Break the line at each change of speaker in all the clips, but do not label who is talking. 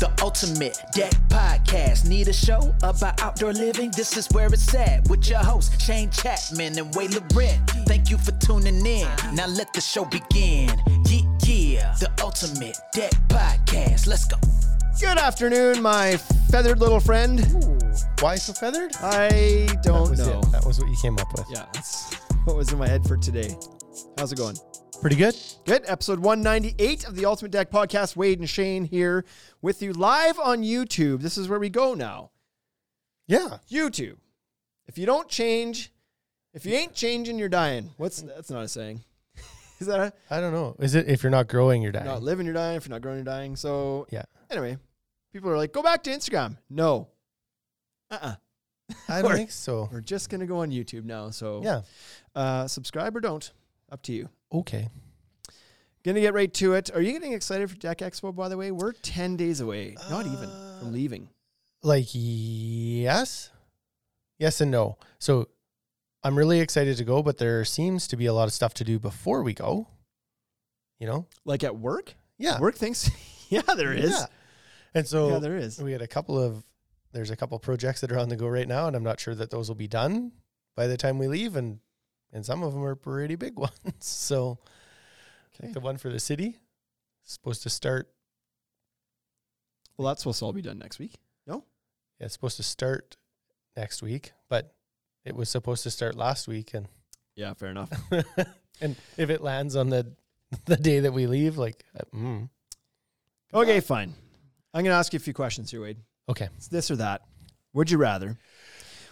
the ultimate deck podcast. Need a show about outdoor living? This is where it's at with your hosts, Shane Chapman and Way Loren. Thank you for tuning in. Now let the show begin. Yeah, yeah, the ultimate deck podcast. Let's go.
Good afternoon, my feathered little friend.
Why so feathered?
I
That
don't
was
know
it. That was what you came up with.
Yeah, that's
what was in my head for today. How's it going?
Pretty good.
Good. Episode 198 of the Ultimate Deck Podcast. Wade and Shane here with you live on YouTube. This is where we go now.
Yeah.
YouTube. If you don't change, if you ain't changing, you're dying. What's that's not a saying. is that a,
I don't know. Is it if you're not growing, you're dying?
not living, you're dying. If you're not growing, you're dying. So
yeah.
anyway, people are like, go back to Instagram. No. Uh-uh.
I
Or-
don't think so.
We're just gonna go on YouTube now. So
Yeah.
uh, subscribe or don't. Up to you.
Okay.
Gonna get right to it. Are you getting excited for Deck Expo? By the way, we're ten days away. Not even from leaving.
Like yes, yes and no. So I'm really excited to go, but there seems to be a lot of stuff to do before we go. You know.
Like at work?
Yeah.
Work things? yeah, there is.
Yeah. And so
Yeah, there is.
we had a couple of there's a couple projects that are on the go right now, and I'm not sure that those will be done by the time we leave, and and some of them are pretty big ones. So
Okay.
the one for the city is supposed to start.
Well, that's supposed to all be done next week.
Yeah, it's supposed to start next week, but it was supposed to start last week, and
Yeah, fair enough.
and if it lands on the the day that we leave, like uh, mm,
okay, fine. I'm gonna ask you a few questions here, Wade.
okay,
It's this or that. Would you rather?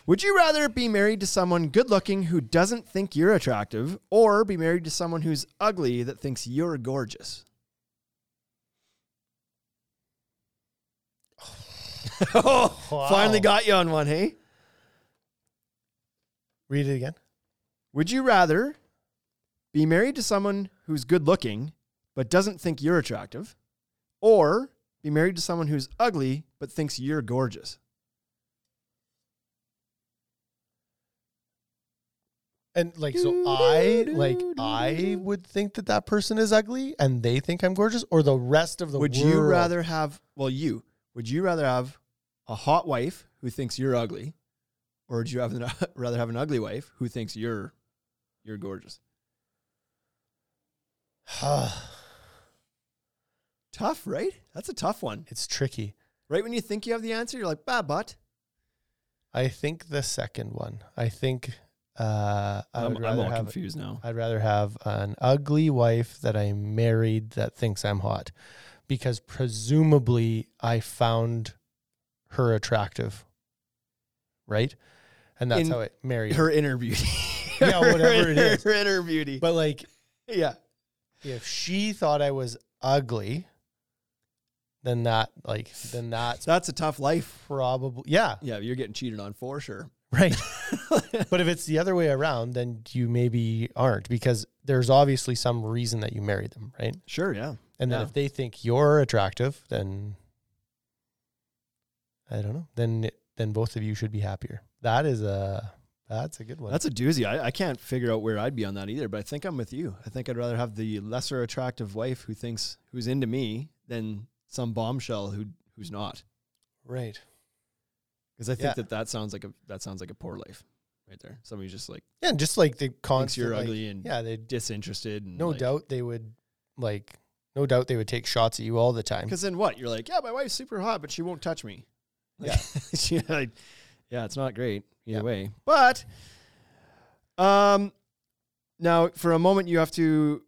Would you rather be married to someone good looking who doesn't think you're attractive, or be married to someone who's ugly that thinks you're gorgeous? oh, finally
Wow.
got you on one, hey?
read it again.
Would you rather be married to someone who's good looking but doesn't think you're attractive, or be married to someone who's ugly but thinks you're gorgeous?
And like, so I like I would think that that person is ugly, and they think I'm gorgeous, or the rest of the
would
world.
you rather have well you would you rather have a hot wife who thinks you're ugly or would you have an, rather have an ugly wife who thinks you're you're gorgeous tough right that's a tough one
it's tricky.
right when you think you have the answer you're like bah but
I think the second one. I think uh, I
i'm,
would
I'm
rather
all
have
confused now
I'd rather have an ugly wife that I married that thinks I'm hot because presumably I found her attractive. Right? And that's
In
how it married.
her inner beauty
Yeah, whatever it
Her-
is.
her inner beauty
But like
yeah
if she thought I was ugly, then that like then that's
that's a tough life
probably yeah,
yeah you're getting cheated on for sure
right. but if it's the other way around, then you maybe aren't because there's obviously some reason that you married them, right?
sure yeah
And then
Yeah.
if they think you're attractive, then I don't know. Then then both of you should be happier. That is a that's a good one.
That's a doozy. I, I can't figure out where I'd be on that either, but I think I'm with you. I think I'd rather have the lesser attractive wife who thinks who's into me than some bombshell who who's not.
right.
Because I think
Yeah.
that that sounds like a that sounds like a poor life, right there. Somebody who's just like
Yeah, and just like the
thinks
constant,
you're
like-
ugly and
Yeah, they
disinterested. And
no doubt they would like no doubt they would take shots at you all the time.
Because then what? You're like, yeah, my wife's super hot, but she won't touch me. Like, she, like, yeah, it's not great either
Yeah.
way. But um, now for a moment, you have to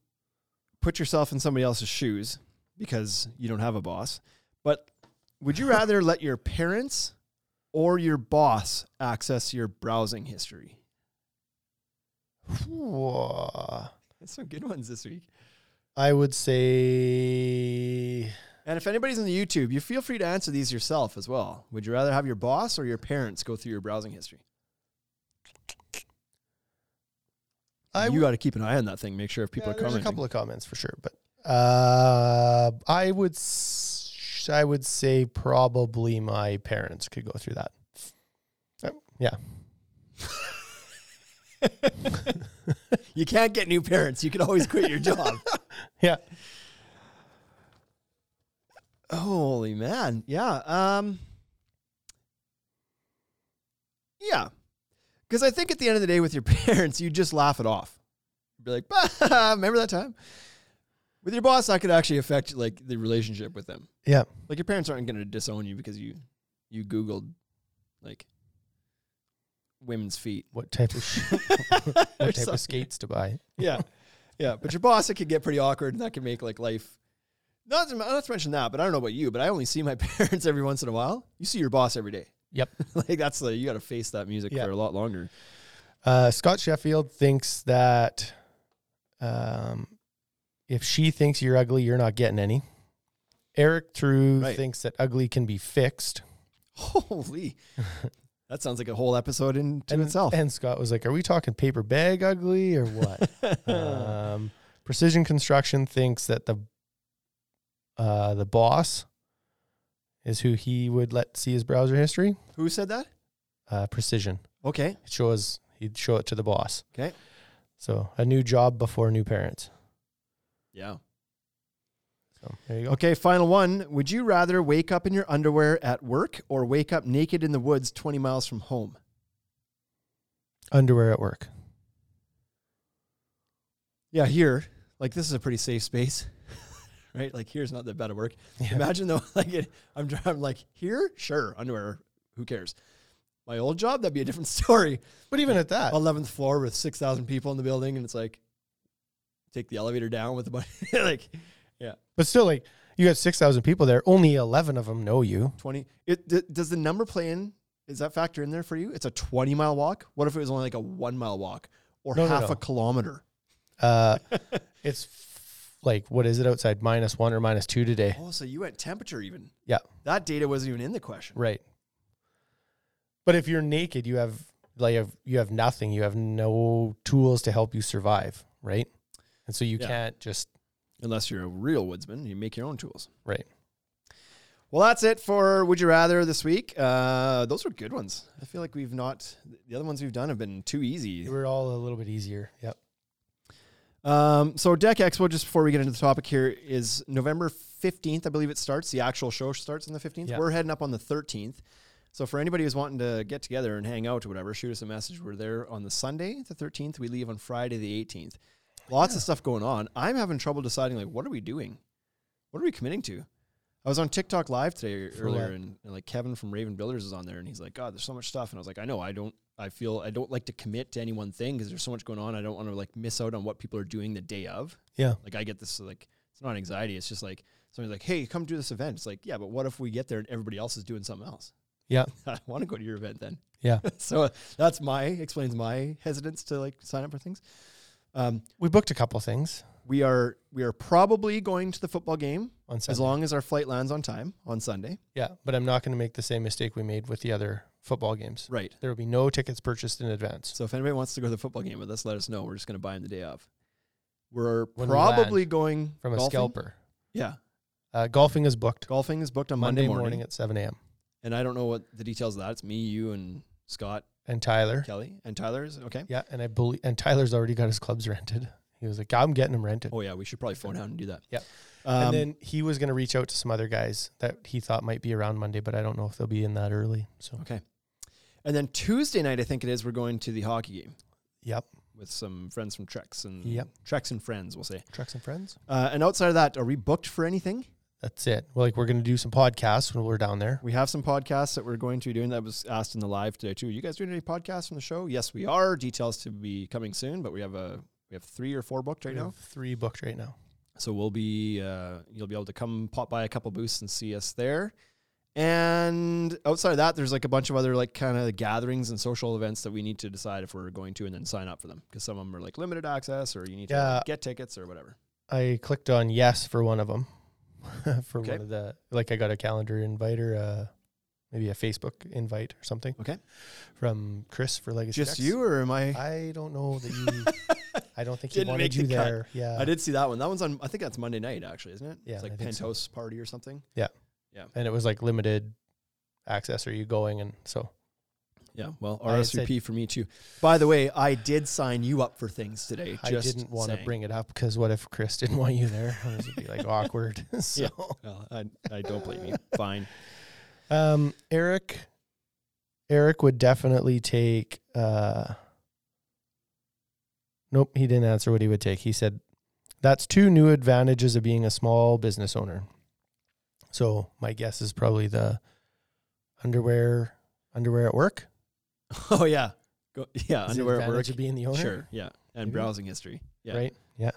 put yourself in somebody else's shoes because you don't have a boss. But would you rather let your parents or your boss access your browsing history?
Whoa.
That's some good ones this week.
I would say
And if anybody's on the YouTube, you feel free to answer these yourself as well. Would you rather have your boss or your parents go through your browsing history?
I
you got to keep an eye on that thing. Make sure if people
Yeah,
are
there's
commenting.
A couple of comments for sure, but uh, I would s- I would say probably my parents could go through that. Uh, Yeah,
you can't get new parents. You can always quit your job.
yeah.
Holy man. Yeah. Um Yeah. Cuz I think at the end of the day with your parents, you just laugh it off. Be like, "Remember that time?" With your boss, that could actually affect like the relationship with them.
Yeah.
Like your parents aren't going to disown you because you you googled like women's feet.
What type of sh-
Or
what type
something.
of skates to buy?
yeah, yeah. But your boss, it could get pretty awkward, and that can make like life. Not to, not to mention that, but I don't know about you, but I only see my parents every once in a while. You see your boss every day.
Yep.
like that's the you got to face that music
Yeah.
for a lot longer.
Uh, Scott Sheffield thinks that um, if she thinks you're ugly, you're not getting any. Eric True
Right.
thinks that ugly can be fixed.
Holy, that sounds like a whole episode in to itself.
And Scott was like, Are we talking paper bag ugly or what?
uh,
um, Precision Construction thinks that the uh, the boss is who he would let see his browser history.
Who said that?
Uh, precision.
Okay,
It shows he'd show it to the boss.
okay,
So a new job before new parents.
yeah.
So there you go.
Okay, final one. Would you rather wake up in your underwear at work or wake up naked in the woods twenty miles from home?
Underwear at work.
Yeah, here, like this is a pretty safe space, right? Like here's not that bad of work. Imagine though, like it, I'm driving like here, sure, underwear, who cares? My old job, that'd be a different story.
But even at that,
Eleventh floor with six thousand people in the building, and it's like take the elevator down with a bunch, like
but still, like you have six thousand people there. Only eleven of them know you.
twenty. It d- does the number play in? Is that factor in there for you? It's a twenty mile walk. What if it was only like a one mile walk or
No, no,
half
no.
a kilometer?
Uh, it's f- like what is it outside minus one or minus two today?
Oh, so you went temperature even.
Yeah,
That data wasn't even in the question.
right. But if you're naked, you have like you have, you have nothing. You have no tools to help you survive, right? And so you
Yeah.
can't just
Unless you're a real woodsman, you make your own tools.
right.
Well, that's it for Would You Rather this week. Uh, those were good ones. I feel like we've not, the other ones we've done have been too easy.
We're all a little bit easier. Yep.
Um, so, Deck Expo, just before we get into the topic here, is November 15th, I believe it starts. The actual show starts on the 15th.
Yeah.
We're heading up on the 13th. So, for anybody who's wanting to get together and hang out or whatever, shoot us a message. We're there on the Sunday, the 13th. We leave on Friday, the 18th. Lots of stuff going on. I'm having trouble deciding, like, what are we doing? What are we committing to? I was on TikTok live today e-, earlier,
what?
and, and like Kevin from Raven Builders is on there, and he's like, "God, there's so much stuff." And I was like, "I know, I don't, I feel, I don't like to commit to any one thing because there's so much going on. I don't want to like miss out on what people are doing the day of.
Yeah.
Like, I get this like it's not anxiety. It's just like somebody's like, "Hey, come do this event." It's like, yeah, but what if we get there and everybody else is doing something else?
Yeah.
I want to go to your event then.
Yeah.
so uh, that's my explains my hesitance to like sign up for things. Um,
We booked a couple things
we are we are probably going to the football game
on Sunday.
as long as our flight lands on time on Sunday.
yeah, but I'm not going to make the same mistake we made with the other football games.
Right.
There will be no tickets purchased in advance.
So if anybody wants to go to the football game with us, let us know. We're just going to buy them the day of. We're
When we land
probably going
from a
golfing.
scalper.
Yeah,
Uh, golfing is booked
golfing is booked on
Monday,
Monday,
morning.
morning,
at 7 a.m.
and I don't know what the details of that. It's me, you, and Scott,
And Tyler,
Kelly, and Tyler's. Okay.
yeah, and I believe, and Tyler's already got his clubs rented. He was like, "I'm getting them rented,"
Oh yeah, we should probably phone out and do that.
Yeah.
Um,
and then he was going to reach out to some other guys that he thought might be around Monday, but I don't know if they'll be in that early. So,
okay. And then Tuesday night, I think it is, we're going to the hockey game
yep,
with some friends from Trex and
Yep.
Trex and friends, we'll say.
trucks and friends.
Uh, and outside of that, are we booked for anything?
That's it. Well, like we're going to do some podcasts when we're down there.
We have some podcasts that we're going to be doing. That was asked in the live today too. You guys doing any podcasts from the show? Yes, we are. Details to be coming soon, but we have a we have three or four booked right
We
now.
have three booked right now.
So we'll be uh, you'll be able to come pop by a couple booths and see us there. And outside of that, there's like a bunch of other like kind of gatherings and social events that we need to decide if we're going to, and then sign up for them because some of them are like limited access or you need to
Yeah.
get tickets or whatever.
I clicked on yes for one of them. for
Okay.
one of the like I got a calendar invite or uh maybe a Facebook invite or something.
Okay.
From Chris for Legacy.
Just
X.
you or am I?
I don't know that you I don't think he
Didn't
wanted
make
you
the cut.
there. Yeah.
I did see that one. That one's on. I think that's Monday night actually, isn't it?
Uh, Yeah,
it's
I
like
think so.
penthouse party or something.
And it was like limited access. Are you going? And so
Yeah, well,
I had said-
RSVP for me too. By the way, I did sign you up for things today.
I
just
didn't want to
saying.
bring it up because what if Chris didn't want you there? It would be like awkward. so,
Well, I, I don't blame you. Fine.
um, Eric, Eric would definitely take. Uh, nope, he didn't answer what he would take. He said, "That's two new advantages of being a small business owner." So my guess is probably the underwear, underwear at work.
Oh yeah, Go, yeah.
Is the
Underwear at
advantage
work.
of being the owner.
Sure. Yeah, and
Maybe.
browsing history. Yeah.
Right. Yeah.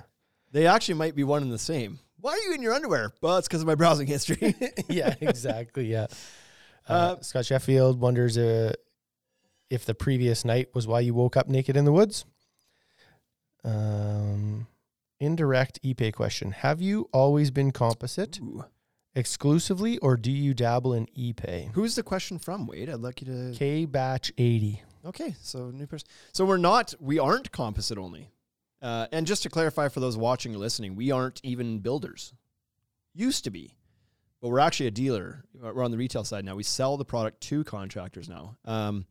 They actually might be one and the same. Why are you in your underwear? Well, it's because of my browsing history.
yeah, exactly. Yeah. Uh,
Uh,
Scott Sheffield wonders uh, if the previous night was why you woke up naked in the woods. Um, indirect ePay question Have you always been composite
Ooh.
exclusively, or do you dabble in ePay?
Who's the question from, Wade? I'd like you to.
K Batch 80.
Okay, so new person. So we're not, we aren't composite only. Uh, and just to clarify for those watching or listening, we aren't even builders. Used to be, but we're actually a dealer. Uh, We're on the retail side now. We sell the product to contractors now. Um,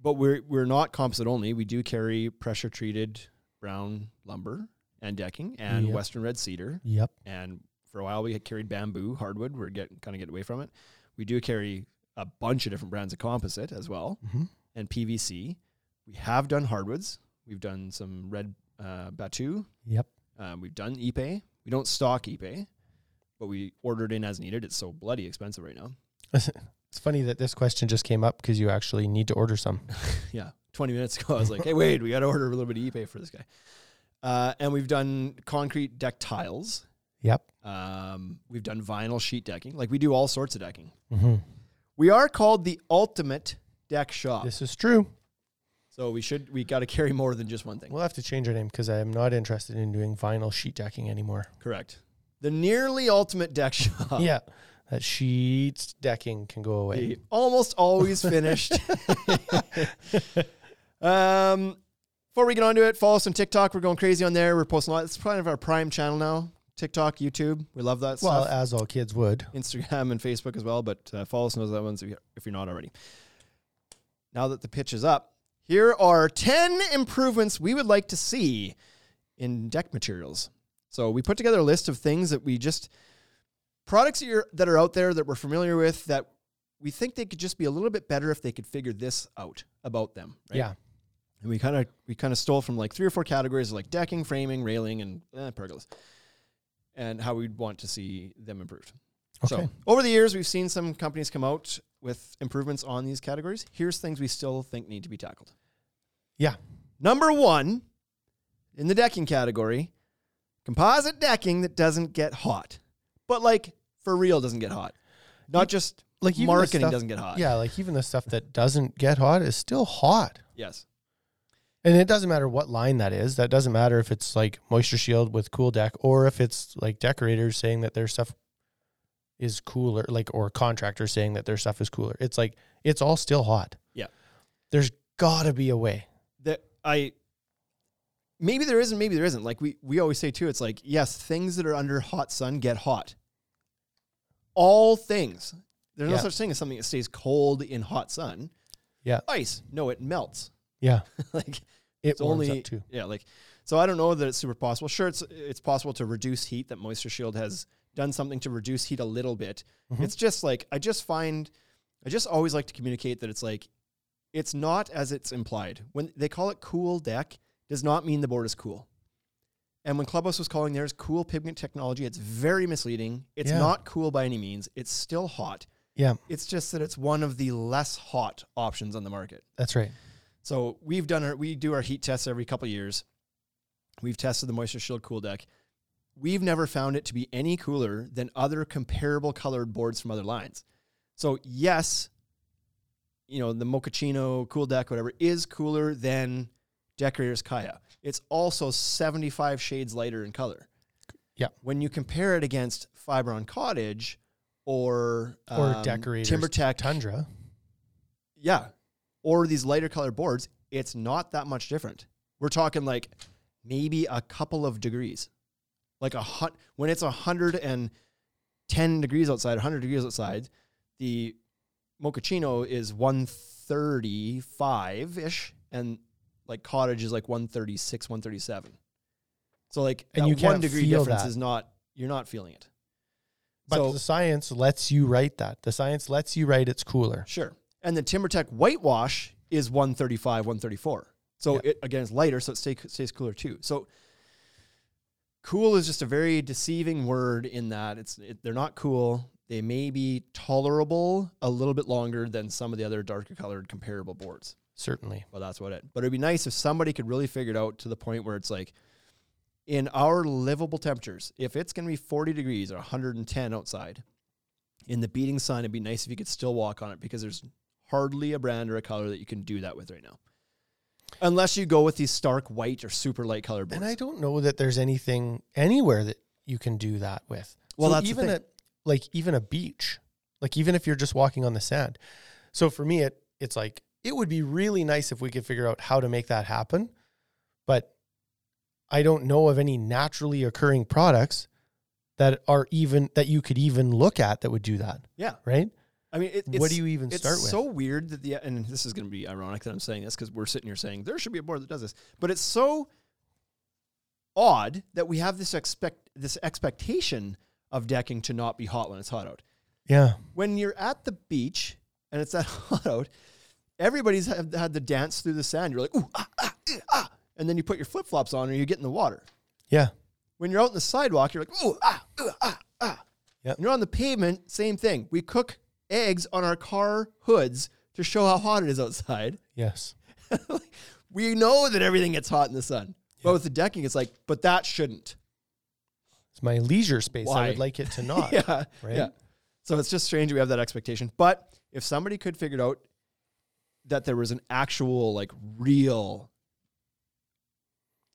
but we're we're not composite only. We do carry pressure treated brown lumber and decking and
Yep.
western red cedar
Yep.
and for a while we had carried bamboo hardwood. We're getting kind of get away from it. We do carry a bunch of different brands of composite as well,
Mhm.
and PVC. We have done hardwoods. We've done some red uh, batu.
Yep.
Um, we've done ipe. We don't stock ipe, but we ordered in as needed. It's so bloody expensive right now.
It's funny that this question just came up because you actually need to order some.
yeah, 20 minutes ago, I was like, hey, Wade, we got to order a little bit of eBay for this guy. Uh, and we've done concrete deck tiles.
Yep.
Um, we've done vinyl sheet decking. Like, we do all sorts of decking.
hmm
We are called the ultimate deck shop.
This is true.
so we should, we got to carry more than just one thing.
We'll have to change our name because I am not interested in doing vinyl sheet decking anymore.
Correct. The nearly ultimate deck shop.
yeah. That sheet decking can go away.
The almost always finished. um, before we get on to it, follow us on TikTok. We're going crazy on there. We're posting a lot. It's kind of our prime channel now. TikTok, YouTube. We love that
well,
stuff.
as all kids would.
Instagram and Facebook as well, but uh, follow us on those other ones if you- if you're not already. Now that the pitch is up, here are 10 improvements we would like to see in deck materials. So we put together a list of things that we just products that, you're, that are out there that we're familiar with that we think they could just be a little bit better if they could figure this out about them. Right?
Yeah.
and we kind of we kind of stole from like three or four categories like decking, framing, railing, and eh, pergolas, and how we'd want to see them improved. So
Okay.
over the years, we've seen some companies come out with improvements on these categories. Here's things we still think need to be tackled.
Yeah.
Number one, in the decking category, composite decking that doesn't get hot, but like for real doesn't get hot, not just
Like even the
marketing
stuff-
doesn't get hot.
Yeah, like even the stuff that doesn't get hot is still hot.
Yes.
And it doesn't matter what line that is. That doesn't matter if it's like moisture shield with cool deck or if it's like decorators saying that their stuff is cooler, like or contractors saying that their stuff is cooler. It's like it's all still hot.
Yeah.
There's gotta be a way.
that I maybe there isn't, maybe there isn't. Like we we always say too, it's like yes, things that are under hot sun get hot. All things. There's no
Yeah.
such thing as something that stays cold in hot sun.
Yeah.
Ice. No, it melts.
Yeah.
like
It
it's
warms
only
up too.
yeah. Like so, I don't know that it's super possible. Sure, it's it's possible to reduce heat. That Moisture Shield has done something to reduce heat a little bit.
Mm-hmm.
It's just like I just find I just always like to communicate that it's like it's not as it's implied. When they call it cool deck, does not mean the board is cool. And when Clubhouse was calling theirs cool pigment technology, it's very misleading. It's
Yeah.
not cool by any means. It's still hot.
Yeah,
It's just that it's one of the less hot options on the market.
that's right.
So we've done our we do our heat tests every couple of years. We've tested the Moisture Shield Cool Deck. We've never found it to be any cooler than other comparable colored boards from other lines. So yes, you know the Mochaccino Cool Deck, whatever, is cooler than Decorator's Kaya. It's also 75 shades lighter in color.
Yeah.
When you compare it against Fibron Cottage or
Or
um,
decorators
TimberTech
Tundra.
yeah, or these lighter colored boards, it's not that much different. We're talking like maybe a couple of degrees, like a hun- when it's hundred and ten degrees outside, hundred degrees outside, the mochaccino is one 135 ish, and like cottage is like 136, 137. So like
And
that
you
one
can't
degree
feel
difference
that.
is not you're not feeling it.
But
So-
the science lets you write that. The science lets you write it's cooler.
Sure. And the TimberTech whitewash is 135, 134. So
Yeah.
it again is lighter, so it stay, stays cooler too. So cool is just a very deceiving word in that it's it, they're not cool. They may be tolerable a little bit longer than some of the other darker colored comparable boards.
Certainly.
Well, that's what it. But it'd be nice if somebody could really figure it out to the point where it's like, in our livable temperatures, if it's going to be 40 degrees or 110 outside, in the beating sun, it'd be nice if you could still walk on it because there's hardly a brand or a color that you can do that with right now. Unless you go with these stark white or super light color boards.
And I don't know that there's anything anywhere that you can do that with.
Well, that's the
even
thing.
a like even a beach, like even if you're just walking on the sand. So for me, it it's like it would be really nice if we could figure out how to make that happen, but I don't know of any naturally occurring products that are even that you could even look at that would do that.
Yeah.
Right.
I mean, it,
What
it's-
do you even
it's
start with?
so weird that the and this is going to be ironic that I'm saying this because we're sitting here saying there should be a board that does this, but it's so odd that we have this expect this expectation of decking to not be hot when it's hot out.
Yeah.
When you're at the beach and it's that hot out, everybody's had, had the dance through the sand. You're like ooh ah ah eh, ah, and then you put your flip flops on and you get in the water.
Yeah.
When you're out on the sidewalk, you're like, ooh, ah, ooh, ah, ah.
Yep.
When you're on the pavement, same thing. We cook eggs on our car hoods to show how hot it is outside.
Yes.
we know that everything gets hot in the sun. But with the decking, it's like, but that shouldn't.
It's my leisure space. I
Why?
would like it to not.
yeah.
Uh, right?
Yeah. So it's just strange we have that expectation. But if somebody could figure it out that there was an actual, like, real,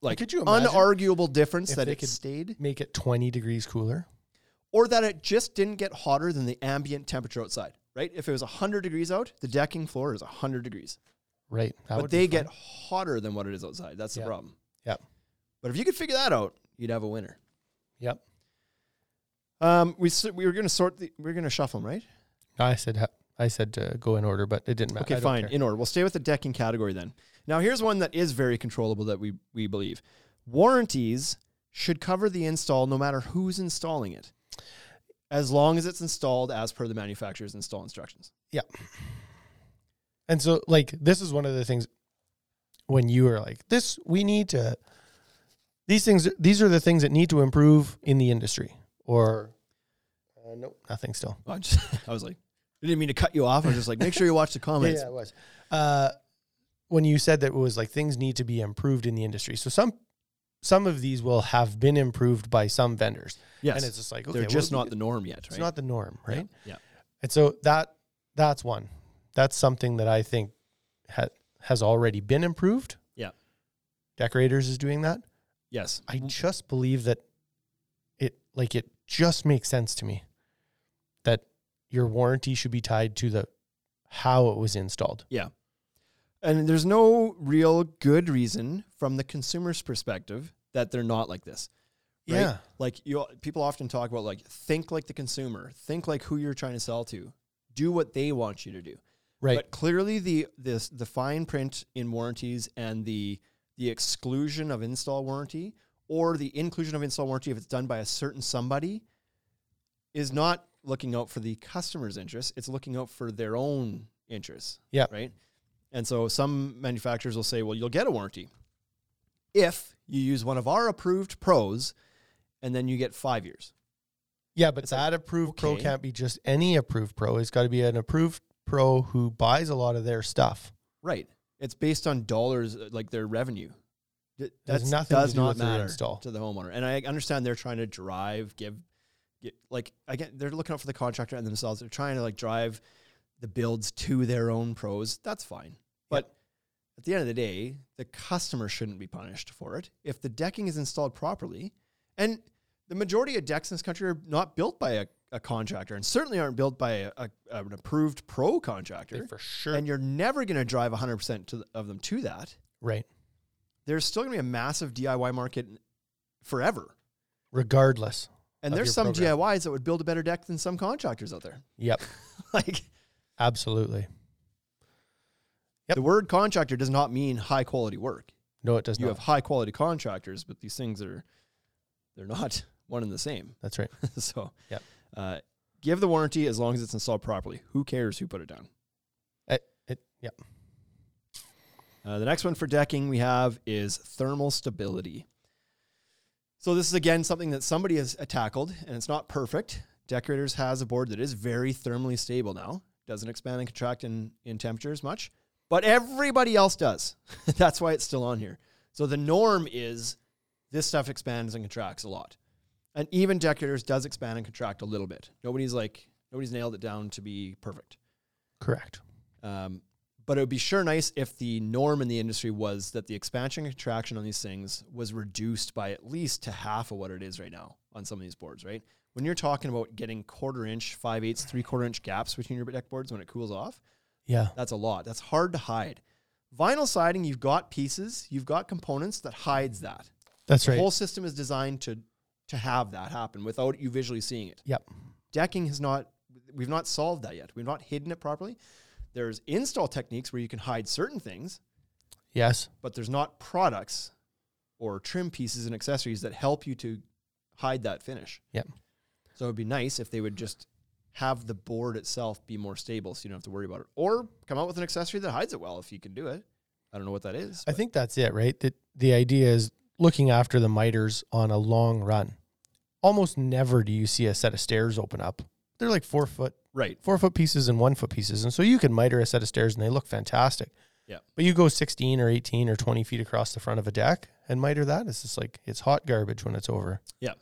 like,
could you imagine
unarguable difference
if
that
they
it
could-
stayed?
Make it 20 degrees cooler.
or that it just didn't get hotter than the ambient temperature outside, right? If it was 100 degrees out, the decking floor is 100 degrees.
Right. That
but
would be
they
fun.
get hotter than what it is outside. That's
Yeah.
the problem.
Yep.
But if you could figure that out, you'd have a winner.
Yep.
Um, we, s- we were going to sort the, we were going to shuffle them, right?
I said ha- I said to go in order, but it didn't matter.
Okay, fine. In order. We'll stay with the decking category then. Now, here's one that is very controllable that we, we believe. Warranties should cover the install no matter who's installing it, as long as it's installed as per the manufacturer's install instructions.
and so, like, this is one of the things when you are like, "This we need to." These things, these are the things that need to improve in the industry, or uh, nope, nothing still.
I, just, I was like, I didn't mean to cut you off. I was just like, make sure you watch the comments.
Yeah, yeah, it was. Uh, when you said that it was like things need to be improved in the industry, so some some of these will have been improved by some vendors,
Yes.
and it's just like okay,
They're
well,
just
we-
not the norm yet, right?
it's not the norm, right?
Yeah.
And so that that's one. That's something that I think ha- has already been improved.
Yeah. Mm-hmm.
Decorators is doing that.
Yes.
I just believe that it like it just makes sense to me that your warranty should be tied to the how it was installed.
And there's no real good reason from the consumer's perspective that they're not like this. right?
Yeah.
Like you people often talk about like think like the consumer, think like who you're trying to sell to, do what they want you to do.
Right.
But clearly the this the fine print in warranties and the the exclusion of install warranty or the inclusion of install warranty if it's done by a certain somebody is not looking out for the customer's interests, it's looking out for their own interests.
Yeah.
Right? And so some manufacturers will say, well, you'll get a warranty if you use one of our approved pros and then you get 5 years.
yeah, but
it's like,
that approved pro
okay.
can't be just any approved pro. It's got to be an approved pro who buys a lot of their stuff.
Right. It's based on dollars, uh, like their revenue. Th-
Has
that's-
nothing to
does
do
not
with their
matter
install.
to the homeowner. And I understand they're trying to drive, give, get, like again, they're looking out for the contractor and themselves. They're trying to like drive the builds to their own pros. That's fine. But at the end of the day, the customer shouldn't be punished for it if the decking is installed properly. And the majority of decks in this country are not built by a, a contractor, and certainly aren't built by a, a, an approved pro contractor
For sure.
and you're never going to drive 100% to the, of them to that.
right.
There's still going to be a massive DIY market forever.
Regardless.
And
Of
there's
your
some
program.
DIYs that would build a better deck than some contractors out there.
Yep.
Like
Absolutely. Yep.
The word contractor does not mean high quality work.
No, it does
you
not.
have high quality contractors, but these things are they're not one and the same.
That's right.
so
Yep.
uh, give the warranty as long as it's installed properly. Who cares who put it down?
It, it, yep.
Uh, the next one for decking we have is thermal stability. So this is again something that somebody has uh, tackled, and it's not perfect. Decorators has a board that is very thermally stable now. Doesn't expand and contract in, in temperature as much, but everybody else does. That's why it's still on here. So the norm is this stuff expands and contracts a lot, and even decorators does expand and contract a little bit. Nobody's like nobody's nailed it down to be perfect.
Correct.
Um, but it would be sure nice if the norm in the industry was that the expansion and contraction on these things was reduced by at least to half of what it is right now on some of these boards, right? When you're talking about getting quarter inch, five eighths, three quarter inch gaps between your deck boards when it cools off,
Yeah.
that's a lot. That's hard to hide. Vinyl siding, you've got pieces, you've got components that hides that.
That's
The
right.
whole system is designed to to have that happen without you visually seeing it
Yep.
decking has not we've not solved that yet we've not hidden it properly there's install techniques where you can hide certain things
Yes.
but there's not products or trim pieces and accessories that help you to hide that finish
Yep.
so it would be nice if they would just have the board itself be more stable so you don't have to worry about it or come out with an accessory that hides it well if you can do it i don't know what that is
I
but-
think that's it, right? That the idea is looking after the miters on a long run. Almost never do you see a set of stairs open up. They're like four foot,
right
four foot pieces and one foot pieces, and so you can miter a set of stairs and they look fantastic.
Yeah.
But you go sixteen or eighteen or twenty feet across the front of a deck and miter that. It's just like it's hot garbage when it's over.
Yeah.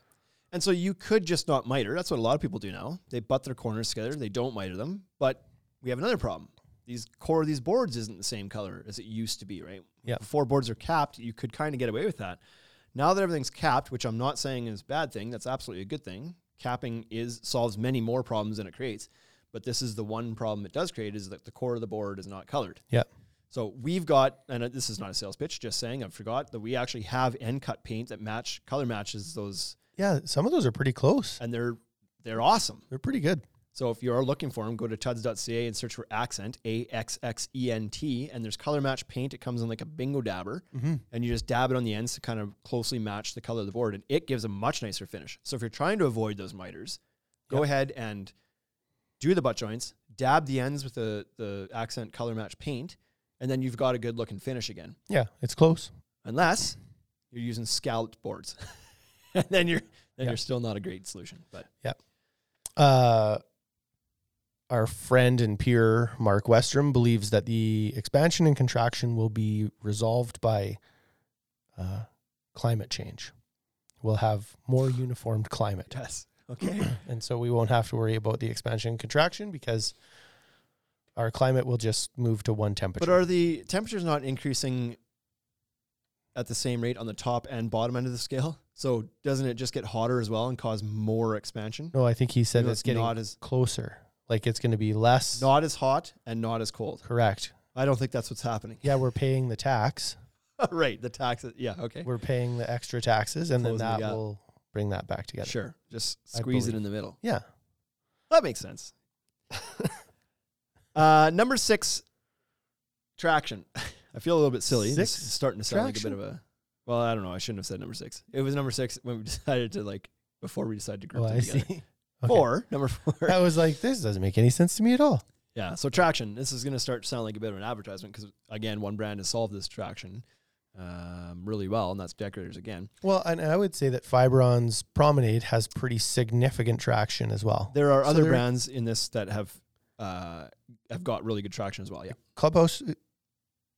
And so you could just not miter. That's what a lot of people do now. They butt their corners together, they don't miter them. But we have another problem. These core of these boards isn't the same color as it used to be, right?
Yeah.
Before boards are capped, you could kind of get away with that. Now that everything's capped, which I'm not saying is a bad thing, that's absolutely a good thing. Capping is solves many more problems than it creates. But this is the one problem it does create is that the core of the board is not colored.
Yeah.
So we've got, and this is not a sales pitch, just saying, I forgot that we actually have end cut paint that match color matches those
Yeah. Some of those are pretty close.
and they're they're awesome.
They're pretty good.
So if you are looking for them, go to tuds.ca and search for accent A X X E N T, and there's color match paint. It comes in like a bingo dabber, and you just dab it on the ends to kind of closely match the color of the board, and it gives a much nicer finish. So if you're trying to avoid those miters, go ahead and do the butt joints, dab the ends with the the accent color match paint, and then you've got a good looking finish again.
Yeah, it's close.
Unless you're using scalloped boards, and then you're then you're still not a great solution, but.
uh, our friend and peer Mark Westrom believes that the expansion and contraction will be resolved by uh, climate change. We'll have more uniformed climate,
Yes. Okay.
and so we won't have to worry about the expansion and contraction because our climate will just move to one temperature.
but are the temperatures not increasing at the same rate on the top and bottom end of the scale? So doesn't it just get hotter as well and cause more expansion?
no, I think he said
Even though
it's getting
not as
closer. Like it's going to be less.
not as hot and not as cold.
correct.
I don't think that's what's happening.
Yeah, we're paying the tax.
right. The taxes. Yeah. Okay.
We're paying the extra taxes, and
Closing the
then that
gap.
will bring that back together.
Sure. Just
I
squeeze it
believe.
in the middle.
Yeah. Oh,
That makes sense. uh, number six, traction. I feel a little bit silly. This
Six?
is starting to sound like a bit of a. Well, I don't know. I shouldn't have said number six. It was number six when we decided to like before we decided to group
Oh,
them
I
together.
see.
Four, number four.
I was like, this doesn't make any sense to me at all.
yeah. So traction. This is going to start to sound like a bit of an advertisement because again, one brand has solved this traction um, really well, and that's Decorators again.
Well, and I would say that Fibron's Promenade has pretty significant traction as well.
There are
So
other
there-
brands in this that have uh, have got really good traction as well. Yeah.
Clubhouse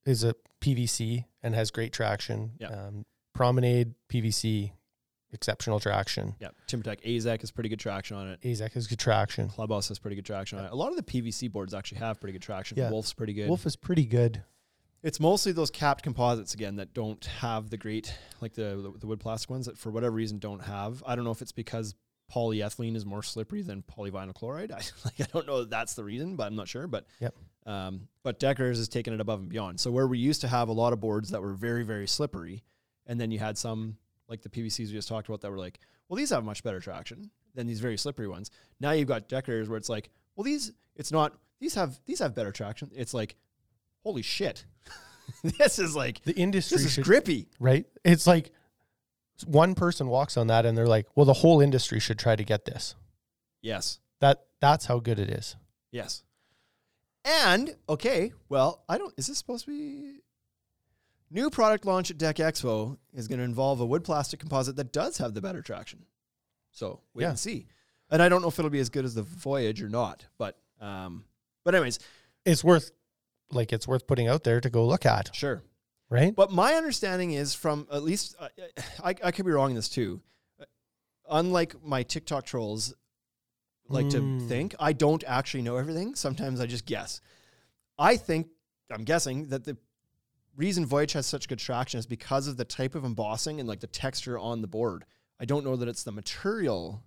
is a PVC and has great traction.
Yeah.
Um, Promenade PVC, exceptional traction.
Yeah. TimberTech Azek has pretty good traction on it.
Azek has good traction.
Clubhouse has pretty good traction on it. A lot of the PVC boards actually have pretty good traction.
Yeah.
Wolf's pretty good.
Wolf is pretty good.
It's mostly those capped composites again that don't have the great like the, the the wood plastic ones that for whatever reason don't have. I don't know if it's because polyethylene is more slippery than polyvinyl chloride. I like I don't know that that's the reason, but I'm not sure. But
Yep.
um, but Deckers is taking it above and beyond. So where we used to have a lot of boards that were very very slippery, and then you had some like the PVCs we just talked about that were like, well these have much better traction than these very slippery ones. Now you've got Deckers where it's like, well these it's not these have these have better traction. It's like holy shit, this is like
The industry
this is
should,
grippy.
right? It's like one person walks on that and they're like, well, the whole industry should try to get this.
Yes,
That that's how good it is.
yes. And okay, well, I don't. Is this supposed to be? New product launch at Deck Expo is going to involve a wood plastic composite that does have the better traction. So wait
Yeah.
and see. And I don't know if it'll be as good as the Voyage or not, but um, but anyways,
It's worth like it's worth putting out there to go look at,
sure.
right?
But my understanding is from at least I, I, I could be wrong in this too. Uh, Unlike my TikTok trolls like to
Mm.
think, I don't actually know everything. Sometimes I just guess. I think I'm guessing that the reason Voyage has such good traction is because of the type of embossing and like the texture on the board. I don't know that it's the material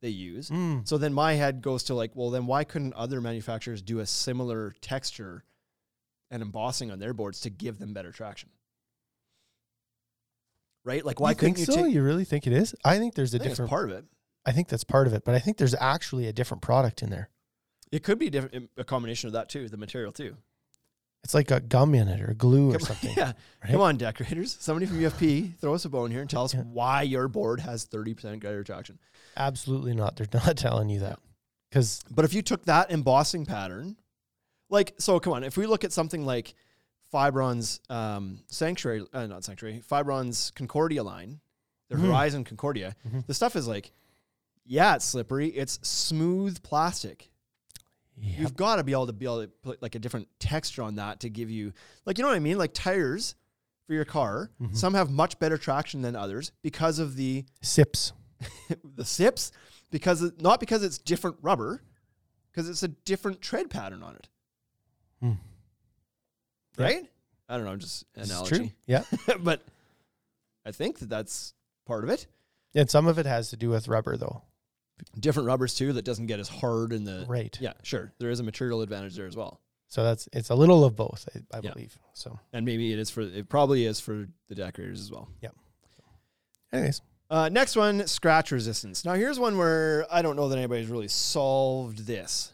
they use.
Mm.
So then my head goes to like, well, then why couldn't other manufacturers do a similar texture and embossing on their boards to give them better traction? Right? Like, why
you
couldn't
think
you
so?
take?
you really think it is? I think there's a
I think it's
different
part of it.
I think that's part of it, but I think there's actually a different product in there.
It could be different, um, a combination of that too, the material too.
It's like got gum in it or glue or
Come-
something.
yeah,
right?
come on, decorators. Somebody from UFP, throw us a bone here and tell us
Yeah.
why your board has thirty percent greater traction.
Absolutely not. They're not telling you that. Cuz
But if you took that embossing pattern, like so, come on. If we look at something like Fibron's um, Sanctuary, uh, not Sanctuary, Fibron's Concordia line, the
Mhm.
Horizon Concordia,
Mhm.
the stuff is like, yeah, it's slippery. It's smooth plastic.
yeah,
You've got to be able to be able to put like a different texture on that to give you, like, you know what I mean? Like tires for your car, some have much better traction than others because of the
sips.
the sips because it, not because it's different rubber, because it's a different tread pattern on it.
Hmm.
Right? I don't know. Just
This is
analogy,
Yeah.
but I think that that's part of it.
and some of it has to do with rubber though.
Different rubbers too that doesn't get as hard in the
Right.
Uh, Yeah, sure. There is a material advantage there as well,
So that's it's a little of both, I, I
Yeah.
believe. So,
and maybe it is for it probably is for the decorators as well.
anyways,
Uh, next one, scratch resistance. Now, here's one where I don't know that anybody's really solved this,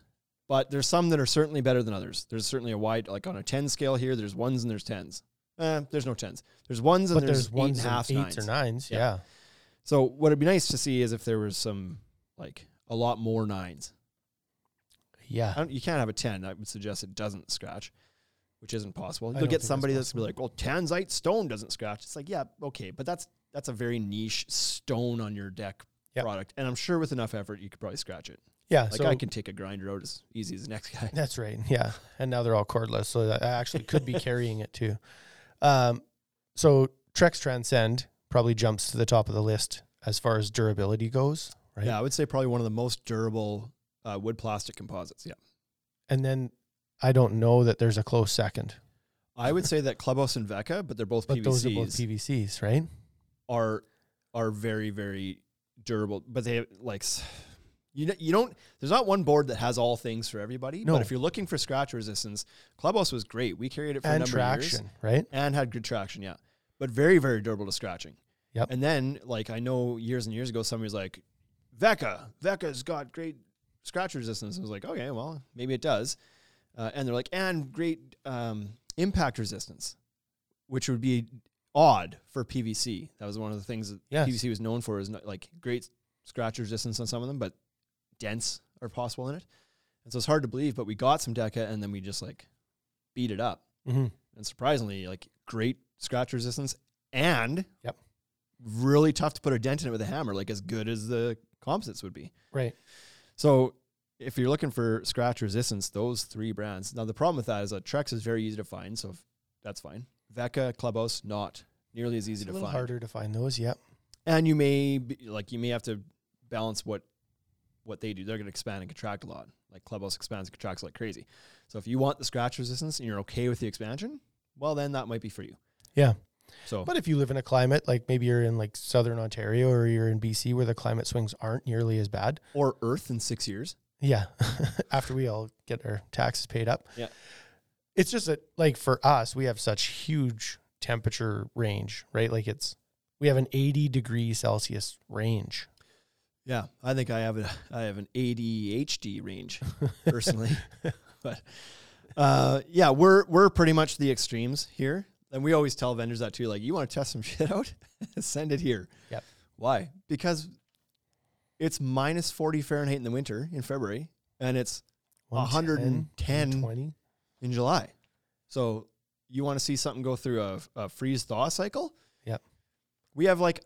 but there's some that are certainly better than others. There's certainly a wide, like on a 10 scale here, there's ones and there's tens. Uh, there's no tens. There's ones and
but there's, ones
eight
and
and halves,
eights
nines.
or nines.
Yeah.
Yeah.
So, what it'd be nice to see is if there was some, like, a lot more nines.
Yeah.
I don't, you can't have a 10. I would suggest it doesn't scratch, which isn't possible.
I
You'll
don't think
get
that's
somebody that's gonna be like,
possible.
well, tanzite stone doesn't scratch. It's like, yeah, okay, but that's that's a very niche stone on your deck
Yep.
product. And I'm sure with enough effort, you could probably scratch it.
Yeah.
Like
so
I can take a grinder out as easy as the next guy.
that's right. Yeah. And now they're all cordless, so that I actually could be carrying it too. Um, so Trex Transcend probably jumps to the top of the list as far as durability goes, right?
Yeah, I would say probably one of the most durable uh, wood plastic composites. Yeah.
And then I don't know that there's a close second,
I would say that Clubhouse and Vecca, but they're both
but
PVCs,
those are both PVCs, right?
are are very very durable. But they like s- you know, you don't. There's not one board that has all things for everybody.
No.
But if you're looking for scratch resistance, Clubhouse was great. We carried it for a
And
number of years.
traction, right?
and had good traction, yeah. But very, very durable to scratching.
Yep.
And then, like, I know years and years ago, somebody was like, Vecca, Vecca's got great scratch resistance. I was like, okay, well, maybe it does. Uh, and they're like, and great um, impact resistance, which would be odd for PVC. That was one of the things that
Yes.
PVC was known for, is not, like great scratch resistance on some of them, but dents are possible in it. And so it's hard to believe, but we got some Deca and then we just like beat it up
Mm-hmm.
and surprisingly, like great scratch resistance and
Yep.
really tough to put a dent in it with a hammer, like as good as the composites would be.
Right.
So if you're looking for scratch resistance, those three brands. Now the problem with that is that Trex is very easy to find, so if- that's fine. Vecca, Clubhouse, not nearly as easy
It's a
to
little
find.
harder to find those. Yep.
And you may be, like you may have to balance what what they do. They're going to expand and contract a lot. Like Clubhouse expands and contracts like crazy. So if you want the scratch resistance and you're okay with the expansion, well then that might be for you.
Yeah.
So
But if you live in a climate like maybe you're in like southern Ontario or you're in BC where the climate swings aren't nearly as bad.
or Earth in six years.
Yeah. After we all get our taxes paid up.
Yeah.
It's just that like for us, we have such huge temperature range, right? Like it's we have an 80 degree Celsius range.
Yeah, I think I have a I have an ADHD range personally, but uh, yeah, we're we're pretty much the extremes here, and we always tell vendors that too. Like, you want to test some shit out, send it here.
Yep.
Why? Because it's minus forty Fahrenheit in the winter in February, and it's 110,
20.
in July. So you want to see something go through a, a freeze thaw cycle?
Yep.
We have like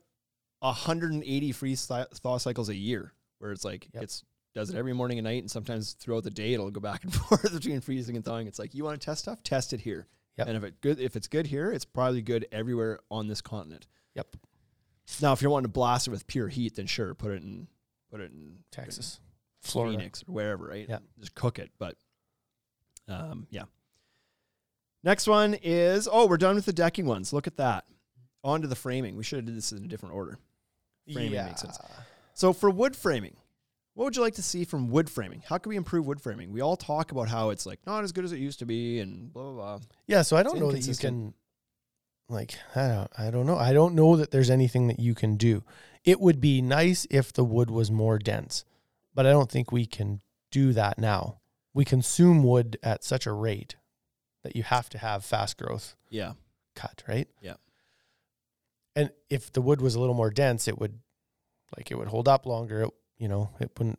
180 freeze thi- thaw cycles a year where it's like
Yep.
it's does it every morning and night and sometimes throughout the day it'll go back and forth between freezing and thawing. It's like you want to test stuff, test it here.
Yep.
And if it good if it's good here, it's probably good everywhere on this continent.
Yep.
Now if you're wanting to blast it with pure heat, then sure, put it in put it in
Texas. Florida.
Phoenix or wherever, right?
Yeah.
Just cook it. But um, yeah. Next one is oh, we're done with the decking ones. Look at that. On to the framing. We should have did this in a different order. Framing makes sense. So for wood framing, what would you like to see from wood framing? How can we improve wood framing? We all talk about how it's like not as good as it used to be and blah blah blah.
Yeah, so I
It's
don't know that you can
inconsistent.
like I don't I don't know. I don't know that there's anything that you can do. It would be nice if the wood was more dense, but I don't think we can do that now. We consume wood at such a rate that you have to have fast growth
Yeah.
cut, right?
Yeah.
And if the wood was a little more dense, it would like it would hold up longer. It, you know, it wouldn't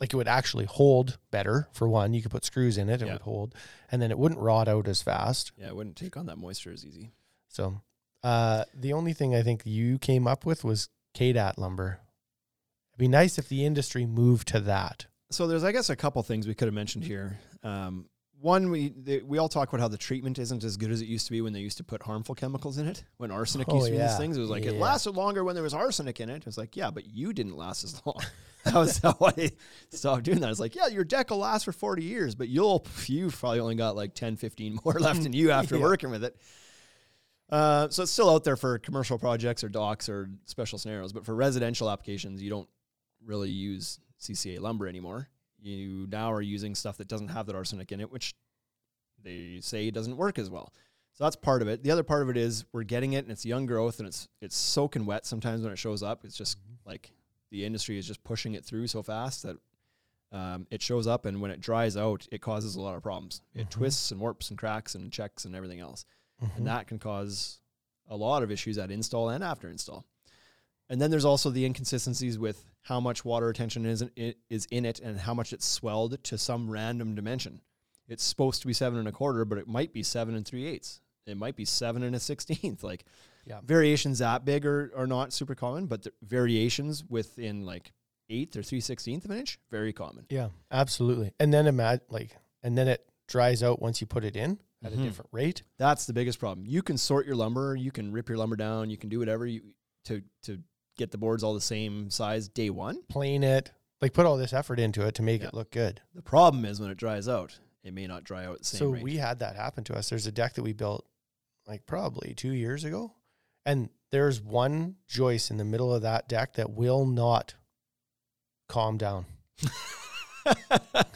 like it would actually hold better for one. You could put screws in it, it
Yeah.
would hold, and then it wouldn't rot out as fast.
Yeah, it wouldn't take on that moisture as easy.
So uh the only thing I think you came up with was KDAT lumber. It'd be nice if the industry moved to that.
so there's I guess a couple things we could have mentioned here. Um, one we the, we all talk about how the treatment isn't as good as it used to be when they used to put harmful chemicals in it. When arsenic
Oh,
used to be in
yeah.
these things, it was like it
Yeah.
lasted longer when there was arsenic in it. It was like yeah, but you didn't last as long. that was how I stopped doing that. It's like yeah, your deck will last for 40 years, but you'll you probably only got like 10, 15 more left in you after
Yeah.
working with it. Uh, so it's still out there for commercial projects or docks or special scenarios, but for residential applications, you don't really use CCA lumber anymore. You now are using stuff that doesn't have that arsenic in it, which they say doesn't work as well. So that's part of it. The other part of it is we're getting it and it's young growth and it's it's soaking wet sometimes when it shows up. It's just like the industry is just pushing it through so fast that um, it shows up and when it dries out, it causes a lot of problems. It
Mhm.
twists and warps and cracks and checks and everything else and that can cause a lot of issues at install and after install. And then there's also the inconsistencies with how much water retention is in, i- is in it and how much it's swelled to some random dimension. It's supposed to be seven and a quarter, but it might be seven and three eighths. It might be seven and a sixteenth. Like
Yeah.
variations that big are, are not super common, but the variations within like eighth or three sixteenth of an inch, very common.
Yeah, absolutely. And then imagine like and then it dries out once you put it in at
Mhm.
a different rate.
That's the biggest problem. You can sort your lumber, you can rip your lumber down, you can do whatever you to to get the boards all the same size day one.
plane it, like put all this effort into it to make
Yeah.
it look good.
The problem is when it dries out, it may not dry out at the same
so
rate.
we had that happen to us. There's a deck that we built like probably two years ago, and there's one joist in the middle of that deck that will not calm down.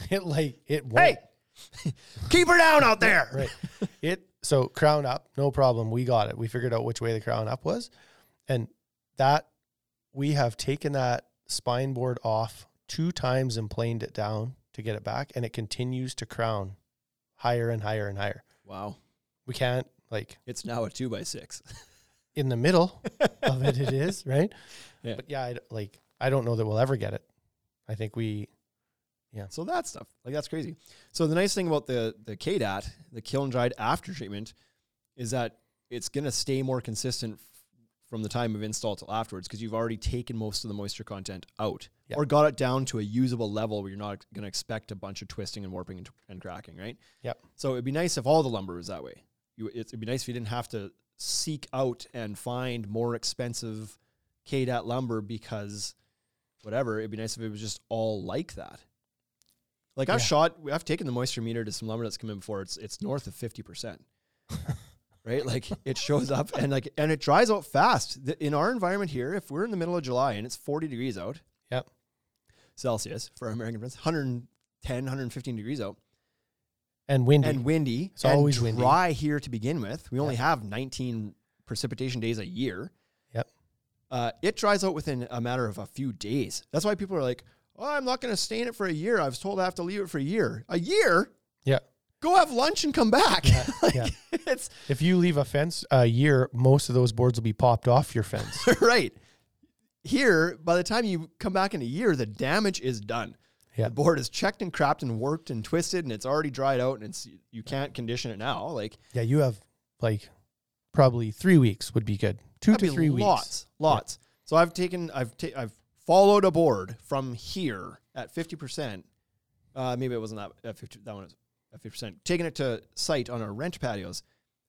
It like it won't.
hey, keep her down out there.
Right. It so crown up, no problem. We got it. We figured out which way the crown up was. And that we have taken that spine board off two times and planed it down to get it back and it continues to crown higher and higher and higher.
Wow,
We can't like
it's now a two by six.
in the middle of it it is, right?
Yeah.
But yeah, I d like I don't know that we'll ever get it. I think we
So that stuff, like that's crazy. So the nice thing about the the KDAT, the kiln dried after treatment, is that it's gonna stay more consistent f- from the time of install till afterwards because you've already taken most of the moisture content out
Yeah.
or got it down to a usable level where you're not gonna expect a bunch of twisting and warping and, t- and cracking, right?
Yep.
So it'd be nice if all the lumber was that way. You, it, it'd be nice if you didn't have to seek out and find more expensive KDAT lumber because whatever. It'd be nice if it was just all like that. Like I've
Yeah.
shot, I've taken the moisture meter to some lumber that's come in before. It's it's north of fifty percent, right? Like it shows up and like and it dries out fast. The- in our environment here, if we're in the middle of July and it's forty degrees out,
Yep.
Celsius for our American friends, 110, 115 degrees out,
and windy.
and windy.
It's
and
always
dry
windy.
here to begin with. We only have 19 precipitation days a year.
Yep.
Uh, it dries out within a matter of a few days. That's why people are like, "Oh, I'm not going to stain it for a year. I was told I have to leave it for a year. A year?
yeah.
Go have lunch and come back. like,
yeah.
It's
If you leave a fence a year, most of those boards will be popped off your fence.
right. Here, by the time you come back in a year, the damage is done.
Yeah.
The board is checked and crapped and warped and twisted and it's already dried out and it's you can't condition it now. Like
yeah, you have like probably three weeks would be good. 2
That'd
to
be
three weeks.
Lots, lots. So I've taken, I've, ta- I've followed a board from here at fifty percent. Uh, maybe it wasn't that at fifty. That one was at fifty percent. Taken it to site on our rent patios,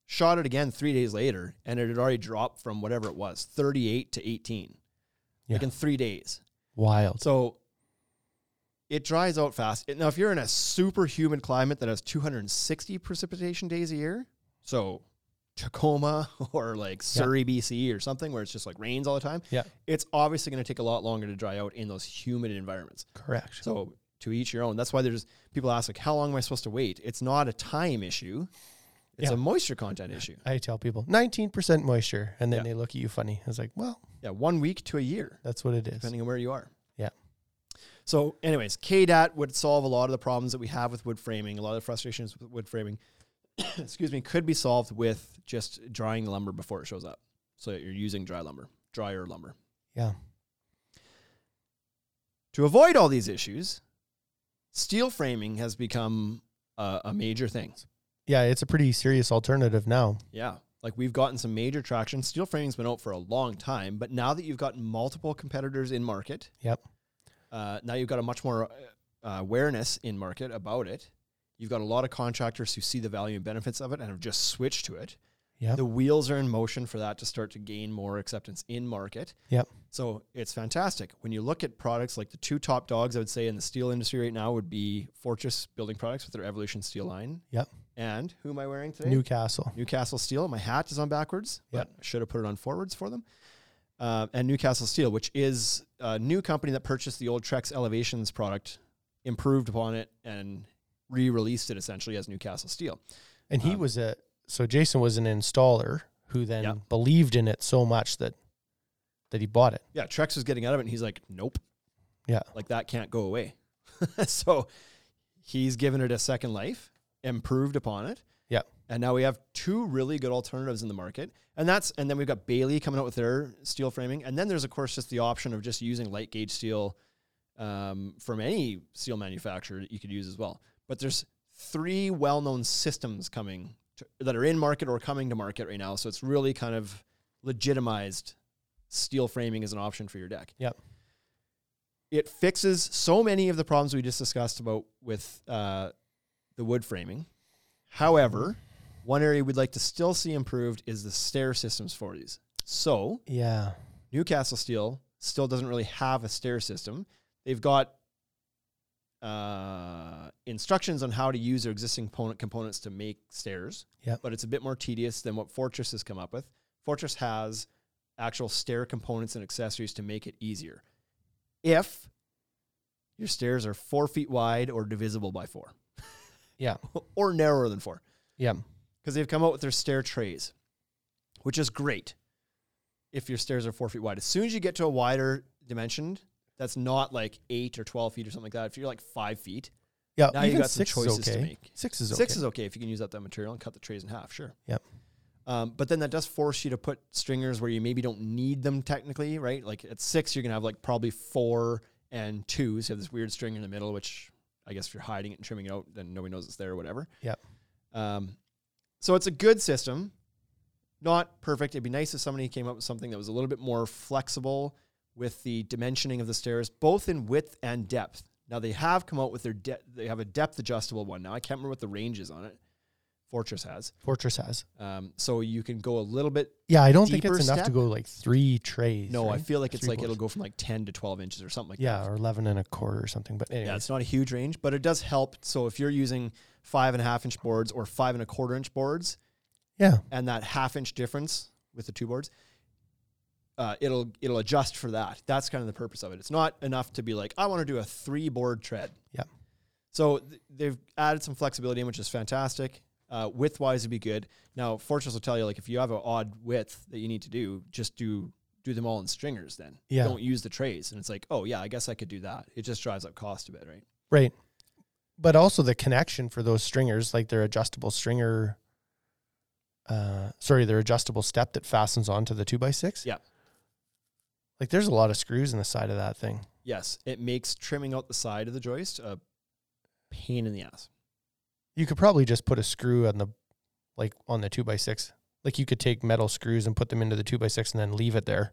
shot it again three days later, and it had already dropped from whatever it was, thirty-eight to eighteen, like
Yeah.
in three days.
Wild.
So it dries out fast. It- Now, if you're in a super humid climate that has 260 precipitation days a year, so Tacoma or like Surrey, BC, or something where it's just like rains all the time,
Yeah.
it's obviously going to take a lot longer to dry out in those humid environments.
Correct.
So to each your own. That's why there's people ask like, how long am I supposed to wait? It's not a time issue. It's
Yeah.
a moisture content issue.
I tell people 19% moisture, and then
Yeah.
they look at you funny. I was like, well,
Yeah, one week to a year.
that's what it is.
depending on where you are.
Yeah.
So, anyways, KDAT would solve a lot of the problems that we have with wood framing. A lot of the frustrations with wood framing, excuse me, could be solved with just drying the lumber before it shows up. So that you're using dry lumber, drier lumber.
Yeah.
To avoid all these issues, steel framing has become a, a major thing.
Yeah, it's a pretty serious alternative now.
Yeah. Like we've gotten some major traction. Steel framing's been out for a long time, but now that you've got multiple competitors in market,
Yep.
Uh, now you've got a much more uh, awareness in market about it. You've got a lot of contractors who see the value and benefits of it and have just switched to it.
Yep.
The wheels are in motion for that to start to gain more acceptance in market.
Yep.
So it's fantastic. When you look at products like the two top dogs, I would say in the steel industry right now would be Fortress Building Products with their Evolution Steel line.
Yep.
And who am I wearing today?
Newcastle.
Newcastle Steel. My hat is on backwards, but I should have put it on forwards for them. Uh, and Newcastle Steel, which is a new company that purchased the old Trex Elevations product, improved upon it, and re released it essentially as Newcastle Steel.
And he
Um,
was a so Jason was an installer who then
Yeah.
believed in it so much that that he bought it.
Yeah, Trex was getting out of it, and he's like, nope.
Yeah.
Like that can't go away. so he's given it a second life, improved upon it.
Yeah.
And now we have two really good alternatives in the market. And that's and then we've got Bailey coming out with their steel framing. And then there's of course just the option of just using light gauge steel um, from any steel manufacturer that you could use as well. But there's three well-known systems coming to, that are in market or coming to market right now. So it's really kind of legitimized steel framing as an option for your deck
Yep.
it fixes so many of the problems we just discussed about with uh, the wood framing. However, one area we'd like to still see improved is the stair systems for these. So
Yeah.
Newcastle Steel still doesn't really have a stair system. They've got uh, instructions on how to use their existing component components to make stairs,
Yep.
but it's a bit more tedious than what Fortress has come up with. Fortress has actual stair components and accessories to make it easier. If your stairs are four feet wide or divisible by four,
Yeah.
or narrower than four,
Yeah.
because they've come out with their stair trays, which is great if your stairs are four feet wide. As soon as you get to a wider dimension, that's not like eight or 12 feet or something like that. If you're like five feet,
Yeah.
Now you
even
got some
six is
choices to
okay.
make.
Six is okay.
six is okay if you can use up that material and cut the trays in half, sure.
Yep.
Um, but then that does force you to put stringers where you maybe don't need them technically, right? Like at six, you're going to have like probably four and two. So you have this weird string in the middle, which I guess if you're hiding it and trimming it out, then nobody knows it's there or whatever.
Yep.
Um, so it's a good system, not perfect. It'd be nice if somebody came up with something that was a little bit more flexible with the dimensioning of the stairs, both in width and depth. Now they have come out with their de- they have a depth adjustable one now. I can't remember what the range is on it. Fortress has,
Fortress has.
um, so you can go a little bit.
Yeah, I don't think it's
Deeper
enough to
step?
go like three trays.
No, I
right?
feel like it's
Three
like
boards.
it'll go from like ten to twelve inches or something like that.
Yeah, or eleven and a quarter or something. But anyways,
Yeah, it's not a huge range, but it does help. So if you're using five and a half inch boards or five and a quarter inch boards,
yeah.
and that half inch difference with the two boards, uh, it'll it'll adjust for that. That's kind of the purpose of it. It's not enough to be like I want to do a three board tread.
Yeah.
So th- they've added some flexibility in, which is fantastic. Uh, width wise, would be good. Now, Fortress will tell you like if you have an odd width that you need to do, just do do them all in stringers. Then
Yeah.
don't use the trays. And it's like, oh yeah, I guess I could do that. It just drives up cost a bit, right?
Right. but also the connection for those stringers, like their adjustable stringer, uh, sorry, their adjustable step that fastens onto the two by six.
Yeah.
Like there's a lot of screws in the side of that thing.
Yes, it makes trimming out the side of the joist a pain in the ass.
You could probably just put a screw on the, like on the two by six. Like you could take metal screws and put them into the two by six and then leave it there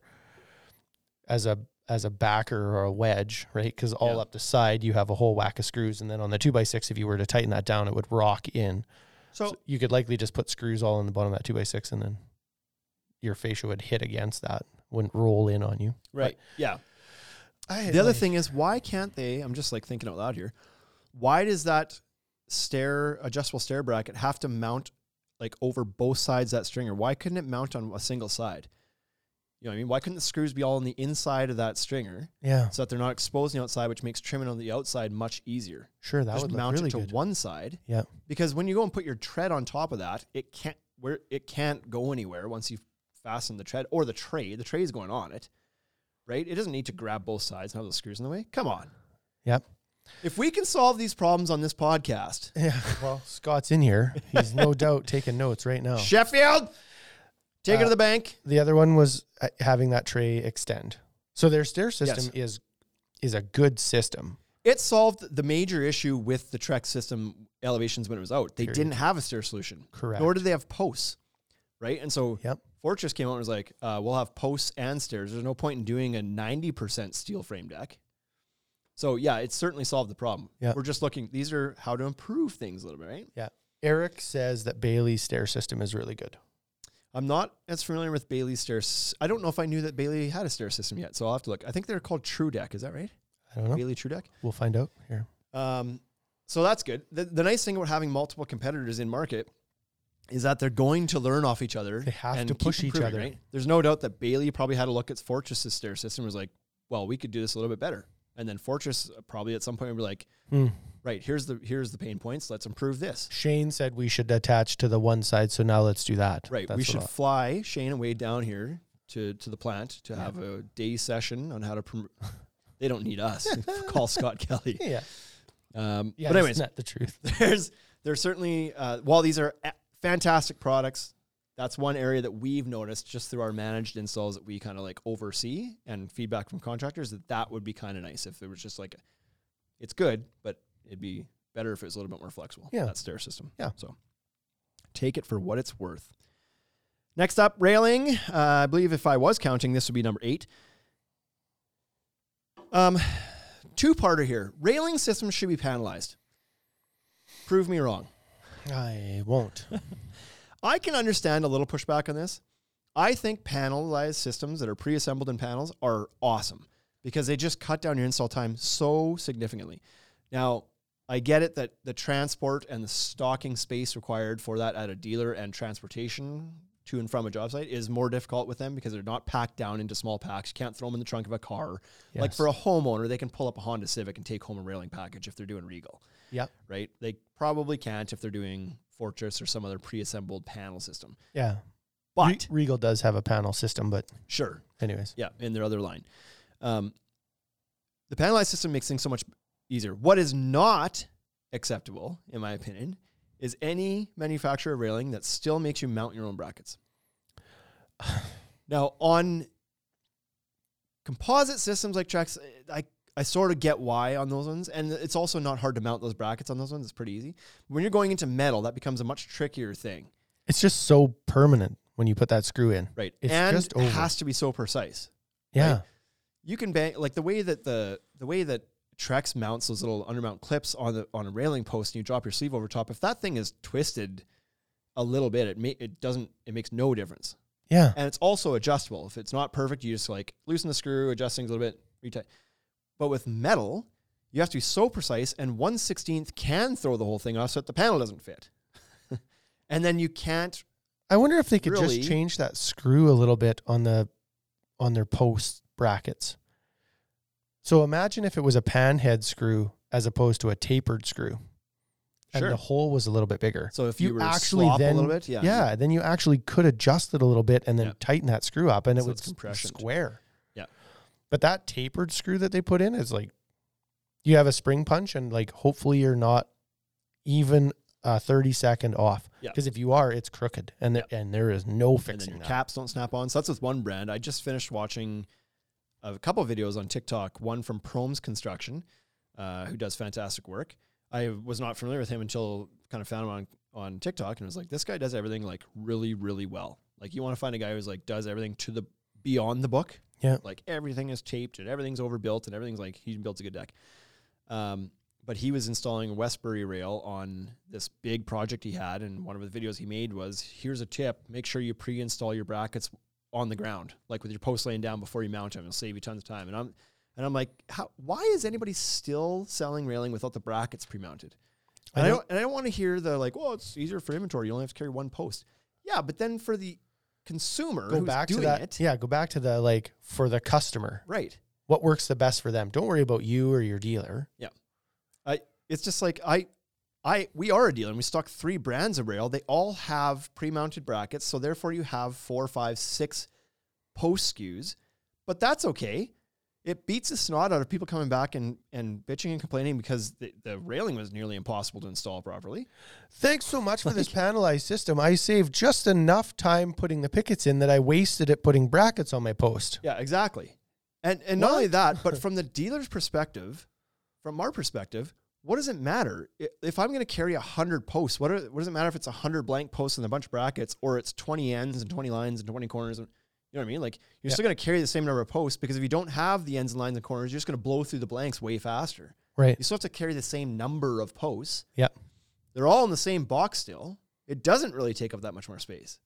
as a as a backer or a wedge, right? Because all
Yeah.
up the side you have a whole whack of screws, and then on the two by six, if you were to tighten that down, it would rock in.
So,
So you could likely just put screws all in the bottom of that two by six, and then your fascia would hit against that, wouldn't roll in on you.
right, yeah.
I,
The other thing is, why can't they? I'm just like thinking out loud here. Why does that stair adjustable stair bracket have to mount like over both sides of that stringer? Why couldn't it mount on a single side? You know what I mean? Why couldn't the screws be all on the inside of that stringer
yeah,
so that they're not exposed on the outside, which makes trimming on the outside much easier?
sure, that
Just
would
mount
look really
it to
good.
one side
yeah,
because when you go and put your tread on top of that, it can't where it can't go anywhere once you fasten the tread or the tray. The tray is going on it, right? It doesn't need to grab both sides and have those screws in the way. Come on.
yep,
If we can solve these problems on this podcast,
yeah. Well, Scott's in here; he's no doubt taking notes right now.
Sheffield, take it to
Uh,
the bank.
The other one was uh, having that tray extend. So their stair system
Yes.
is is a good system.
It solved the major issue with the Trek system elevations when it was out. They
Period.
didn't have a stair solution,
Correct.
Nor did they have posts, right? And so
Yep.
Fortress came out and was like, uh, "We'll have posts and stairs. There's no point in doing a 90% steel frame deck." So yeah, it certainly solved the problem.
Yeah.
We're just looking. These are how to improve things a little bit, right?
Yeah. Eric says that Bailey's stair system is really good.
I'm not as familiar with Bailey's stairs. I don't know if I knew that Bailey had a stair system yet, so I'll have to look. I think they're called True Deck. Is that right?
I don't know.
Bailey True Deck.
We'll find out here.
Um, so that's good. The, the nice thing about having multiple competitors in market is that they're going to learn off each other.
They have
and
to
keep
push each
improving,
other.
There's no doubt that Bailey probably had a look at Fortress's stair system and was like, well, we could do this a little bit better. And then Fortress probably at some point would be like,
Hmm.
right, here's the here's the pain points. Let's improve this.
Shane said we should attach to the one side, so now let's do that.
Right.
That's
we
what
should
I-
fly Shane and Wade down here to to the plant to have a day session on how to promote. they don't need us. Call Scott Kelly.
yeah,
Um,
yeah.
but
that's
anyways,
not the truth.
there's there's certainly uh, while these are a- fantastic products that's one area that we've noticed just through our managed installs that we kind of like oversee and feedback from contractors that that would be kind of nice if it was just like it's good but it'd be better if it was a little bit more flexible
Yeah.
that stair system
Yeah.
so take it for what it's worth next up railing uh, i believe if i was counting this would be number eight um two-parter here railing systems should be panelized prove me wrong
I won't.
I can understand a little pushback on this. I think panelized systems that are pre-assembled in panels are awesome because they just cut down your install time so significantly. Now, I get it that the transport and the stocking space required for that at a dealer and transportation to and from a job site is more difficult with them because they're not packed down into small packs. You can't throw them in the trunk of a car. Like
Yes.
for a homeowner, they can pull up a Honda Civic and take home a railing package if they're doing Regal
Yep.
right? They probably can't if they're doing Fortress or some other pre-assembled panel system.
Yeah. Re-
But
Regal does have a panel system, but
sure,
anyways,
yeah, in their other line, um, the panelized system makes things so much easier. What is not acceptable, in my opinion, is any manufacturer of railing that still makes you mount your own brackets. now on composite systems like Trex, I I sort of get why on those ones, and it's also not hard to mount those brackets on those ones. It's pretty easy. When you're going into metal, that becomes a much trickier thing,
it's just so permanent when you put that screw in.
right?
It's
and
just
it
over.
has to be so precise.
Yeah.
right? you can bang like the way that the the way that Trex mounts those little undermount clips on the on a railing post and you drop your sleeve over top. If that thing is twisted a little bit, it may, it doesn't it makes no difference.
Yeah.
And it's also adjustable. If it's not perfect, you just like loosen the screw, adjust things a little bit, retight. But with metal, you have to be so precise, and one sixteenth can throw the whole thing off so that the panel doesn't fit. and then you can't
I wonder if they could
Really?
just change that screw a little bit on the on their post brackets. So imagine if it was a pan head screw as opposed to a tapered screw. And
Sure.
the hole was a little bit bigger.
So if you were to
actually
swap a
then,
little bit, yeah.
yeah, then you actually could adjust it a little bit and then
Yeah.
tighten that screw up, and it
So
would
it's
s- be
compression.
square.
Yeah.
but that tapered screw that they put in is like you have a spring punch, and like hopefully you're not even a 30 second off.
Yeah.
Because if you are, it's crooked and, there, and there is no
and then
fixing
your
that.
caps don't snap on. So that's with one brand. I just finished watching a couple videos on TikTok. One from Promes Construction, uh, who does fantastic work. I was not familiar with him until kind of found him on on TikTok, and was like, this guy does everything like really, really well. Like you want to find a guy who's like does everything to the beyond the book.
Yeah.
like everything is taped and everything's overbuilt and everything's like he builds a good deck. Um, but he was installing a Westbury rail on this big project he had, and one of the videos he made was, "Here's a tip: make sure you pre-install your brackets on the ground, like with your post laying down before you mount them. It'll save you tons of time." And I'm, and I'm like, how, why is anybody still selling railing without the brackets pre-mounted? And I
know.
don't, and I don't want to hear the like, "Well, it's easier for inventory; you only have to carry one post." Yeah, but then for the consumer
Go
who's
back to
doing
that.
it,
Yeah, go back to the like for the customer.
right?
What works the best for them? Don't worry about you or your dealer.
I it's just like I I we are a dealer and we stock three brands of rail. They all have pre-mounted brackets, so therefore you have four, five, six post SKUs. But that's okay. It beats the snot out of people coming back and, and bitching and complaining because the, the railing was nearly impossible to install properly.
Thanks so much for this panelized system. I saved just enough time putting the pickets in that I wasted it putting brackets on my post.
Yeah, exactly. And and not only that, but from the dealer's perspective, from our perspective, what does it matter I- if I'm going to carry hundred posts? What, are, what does it matter if it's hundred blank posts and a bunch of brackets, or it's twenty ends and twenty lines and twenty corners? And, you know what I mean? Like you're still going to carry the same number of posts because if you don't have the ends and lines and corners, you're just going to blow through the blanks way faster.
Right.
You still have to carry the same number of posts.
Yep.
They're all in the same box still. It doesn't really take up that much more space.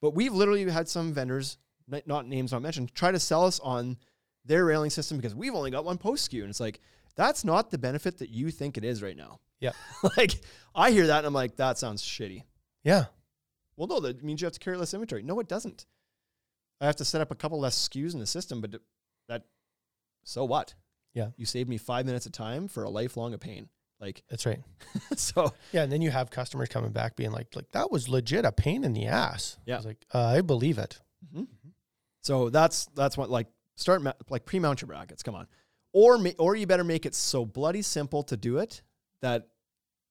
But we've literally had some vendors, n- not names not mentioned, try to sell us on their railing system because we've only got one post skew. And it's like, that's not the benefit that you think it is right now.
Yeah.
like, I hear that and I'm like, that sounds shitty.
Yeah.
Well, no, that means you have to carry less inventory. No, it doesn't. I have to set up a couple less SKUs in the system, but that, so what?
Yeah.
You saved me five minutes of time for a lifelong of pain. Like,
That's right.
so
Yeah, and then you have customers coming back being like, like that was legit a pain in the ass.
Yeah.
I was like, uh, I believe it.
Mm-hmm. So that's that's what like start ma- like pre-mount your brackets. Come on, or ma- or you better make it so bloody simple to do it that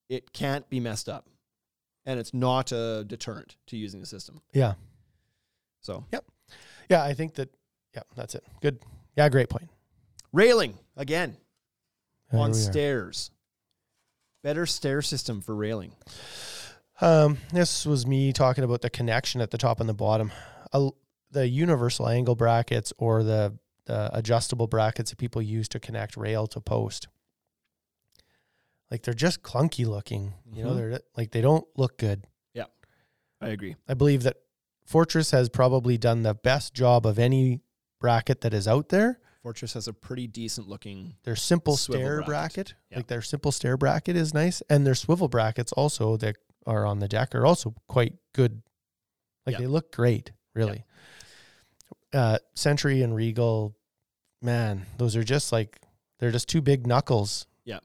it can't be messed up, and it's not a deterrent to using the system.
Yeah.
So
Yeah, I think that yeah, that's it. Good. Yeah, great point.
railing again
There
on
we are.
stairs, better stair system for railing.
Um, this was me talking about the connection at the top and the bottom. A, the universal angle brackets or the, the adjustable brackets that people use to connect rail to post. Like they're just clunky looking. You know,
Mhm.
they're like they don't look good.
I agree.
I believe that Fortress has probably done the best job of any bracket that is out there.
Fortress has a pretty decent looking.
Their simple
Swivel
stair bracket,
bracket. Yeah.
like their simple stair bracket is nice, and their swivel brackets also that are on the deck are also quite good. Like
Yeah.
they look great, really. Uh, Century and Regal, man, those are just like they're just two big knuckles.
Yeah.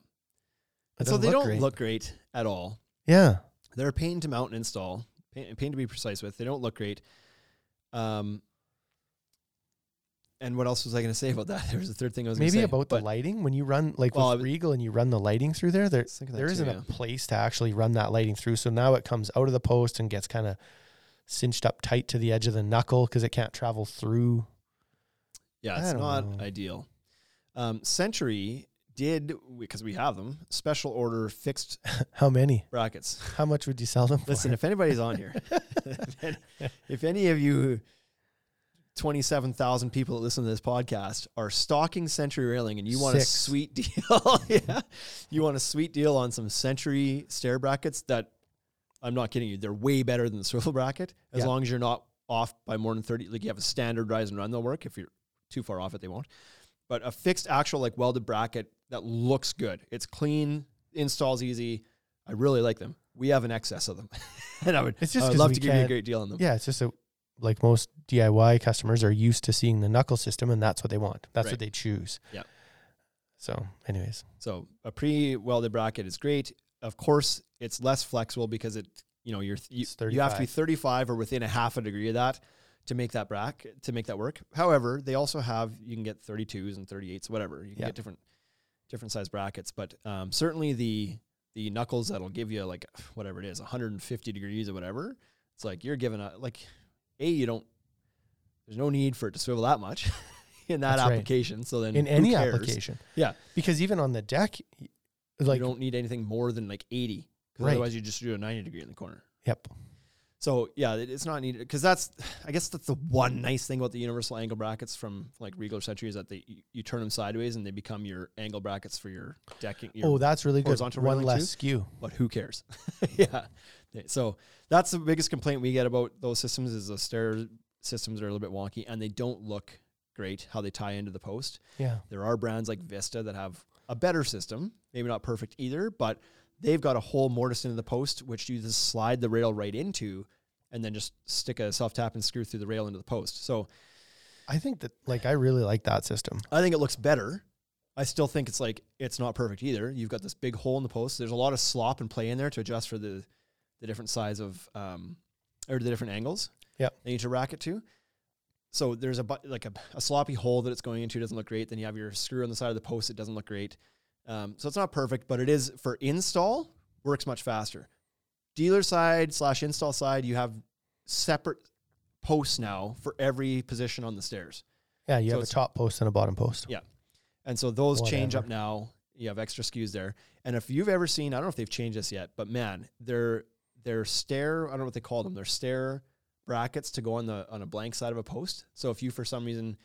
It
so
doesn't
they don't
great.
look great at all.
Yeah,
They're a pain to mount and install, pain, pain to be precise with. They don't look great. Um, and what else was I going to say about that? There was a third thing I was
maybe
gonna say,
about the
but
lighting when you run like
Well, I
with
was-
Regal and you run the lighting through there. There,
was thinking that
there
too,
isn't
yeah.
a place to actually run that lighting through. So now it comes out of the post and gets kind of cinched up tight to the edge of the knuckle because it can't travel through.
Yeah,
I
it's
don't
not
know.
ideal. Um, Century did because we have them special order fixed
How many?
brackets.
How much would you sell them for?
Listen, if anybody's on here, if, any, if any of you 27,000 people that listen to this podcast are stocking Century Railing and you want
Six.
a sweet deal, yeah, you want a sweet deal on some Century stair brackets that I'm not kidding you, they're way better than the swivel bracket as
Yeah.
long as you're not off by more than 30. Like you have a standard rise and run, they'll work. If you're too far off it, they won't. But a fixed actual like welded bracket that looks good, it's clean, installs easy. I really like them. We have an excess of them, and I would,
It's just
I would
'cause
love
we
to give you a
can't-
great deal on them.
yeah, it's just a, like most DIY customers are used to seeing the knuckle system, and that's what they want. That's
Right.
what they choose.
Yep.
So, anyways,
So a pre-welded bracket is great. Of course, it's less flexible because it, you know, you're you,
It's
you have to be 35 or within a half a degree of that to make that bracket to make that work. However, they also have you can get 32s and 38s, whatever. You can
Yeah.
get different different size brackets, but um, certainly the the knuckles that'll give you like whatever it is, 150 degrees or whatever. It's like you're giving a like a you don't. There's no need for it to swivel that much in that
That's right.
application. So then
in
who
any
cares?
application.
yeah,
Because even on the deck, y- like
you don't need anything more than like 80. 'cause
Right.
Otherwise, you just do a 90 degree in the corner.
yep,
So yeah, it- it's not needed because that's, I guess that's the one nice thing about the universal angle brackets from like Regal or Century is that they you, you turn them sideways and they become your angle brackets for your decking. Your,
oh, that's really good.
horizontal
One
railing
less
too?
skew.
but who cares? yeah. They- So that's the biggest complaint we get about those systems is the stair systems are a little bit wonky and they don't look great how they tie into the post.
Yeah,
There are brands like Vista that have a better system, maybe not perfect either, but they've got a whole mortise into the post, which you just slide the rail right into and then just stick a self tap and screw through the rail into the post. So
I think that like I really like that system.
I think it looks better. I still think it's like it's not perfect either. You've got this big hole in the post. There's a lot of slop and play in there to adjust for the the different size of um or the different angles.
Yep.
They need to rack it to. So there's a bu- like a, a sloppy hole that it's going into doesn't look great. Then you have your screw on the side of the post. It doesn't look great. Um, so it's not perfect, but it is for install works much faster. Dealer side slash install side, you have separate posts now for every position on the stairs.
Yeah, you
So
have a
it's-
top post and a bottom post.
Yeah. And so those change up
Whatever.
now. You have extra SKUs there. And if you've ever seen, I don't know if they've changed this yet, but man, their their stair, I don't know what they called them, their stair brackets to go on the on a blank side of a post. So if you for some reason,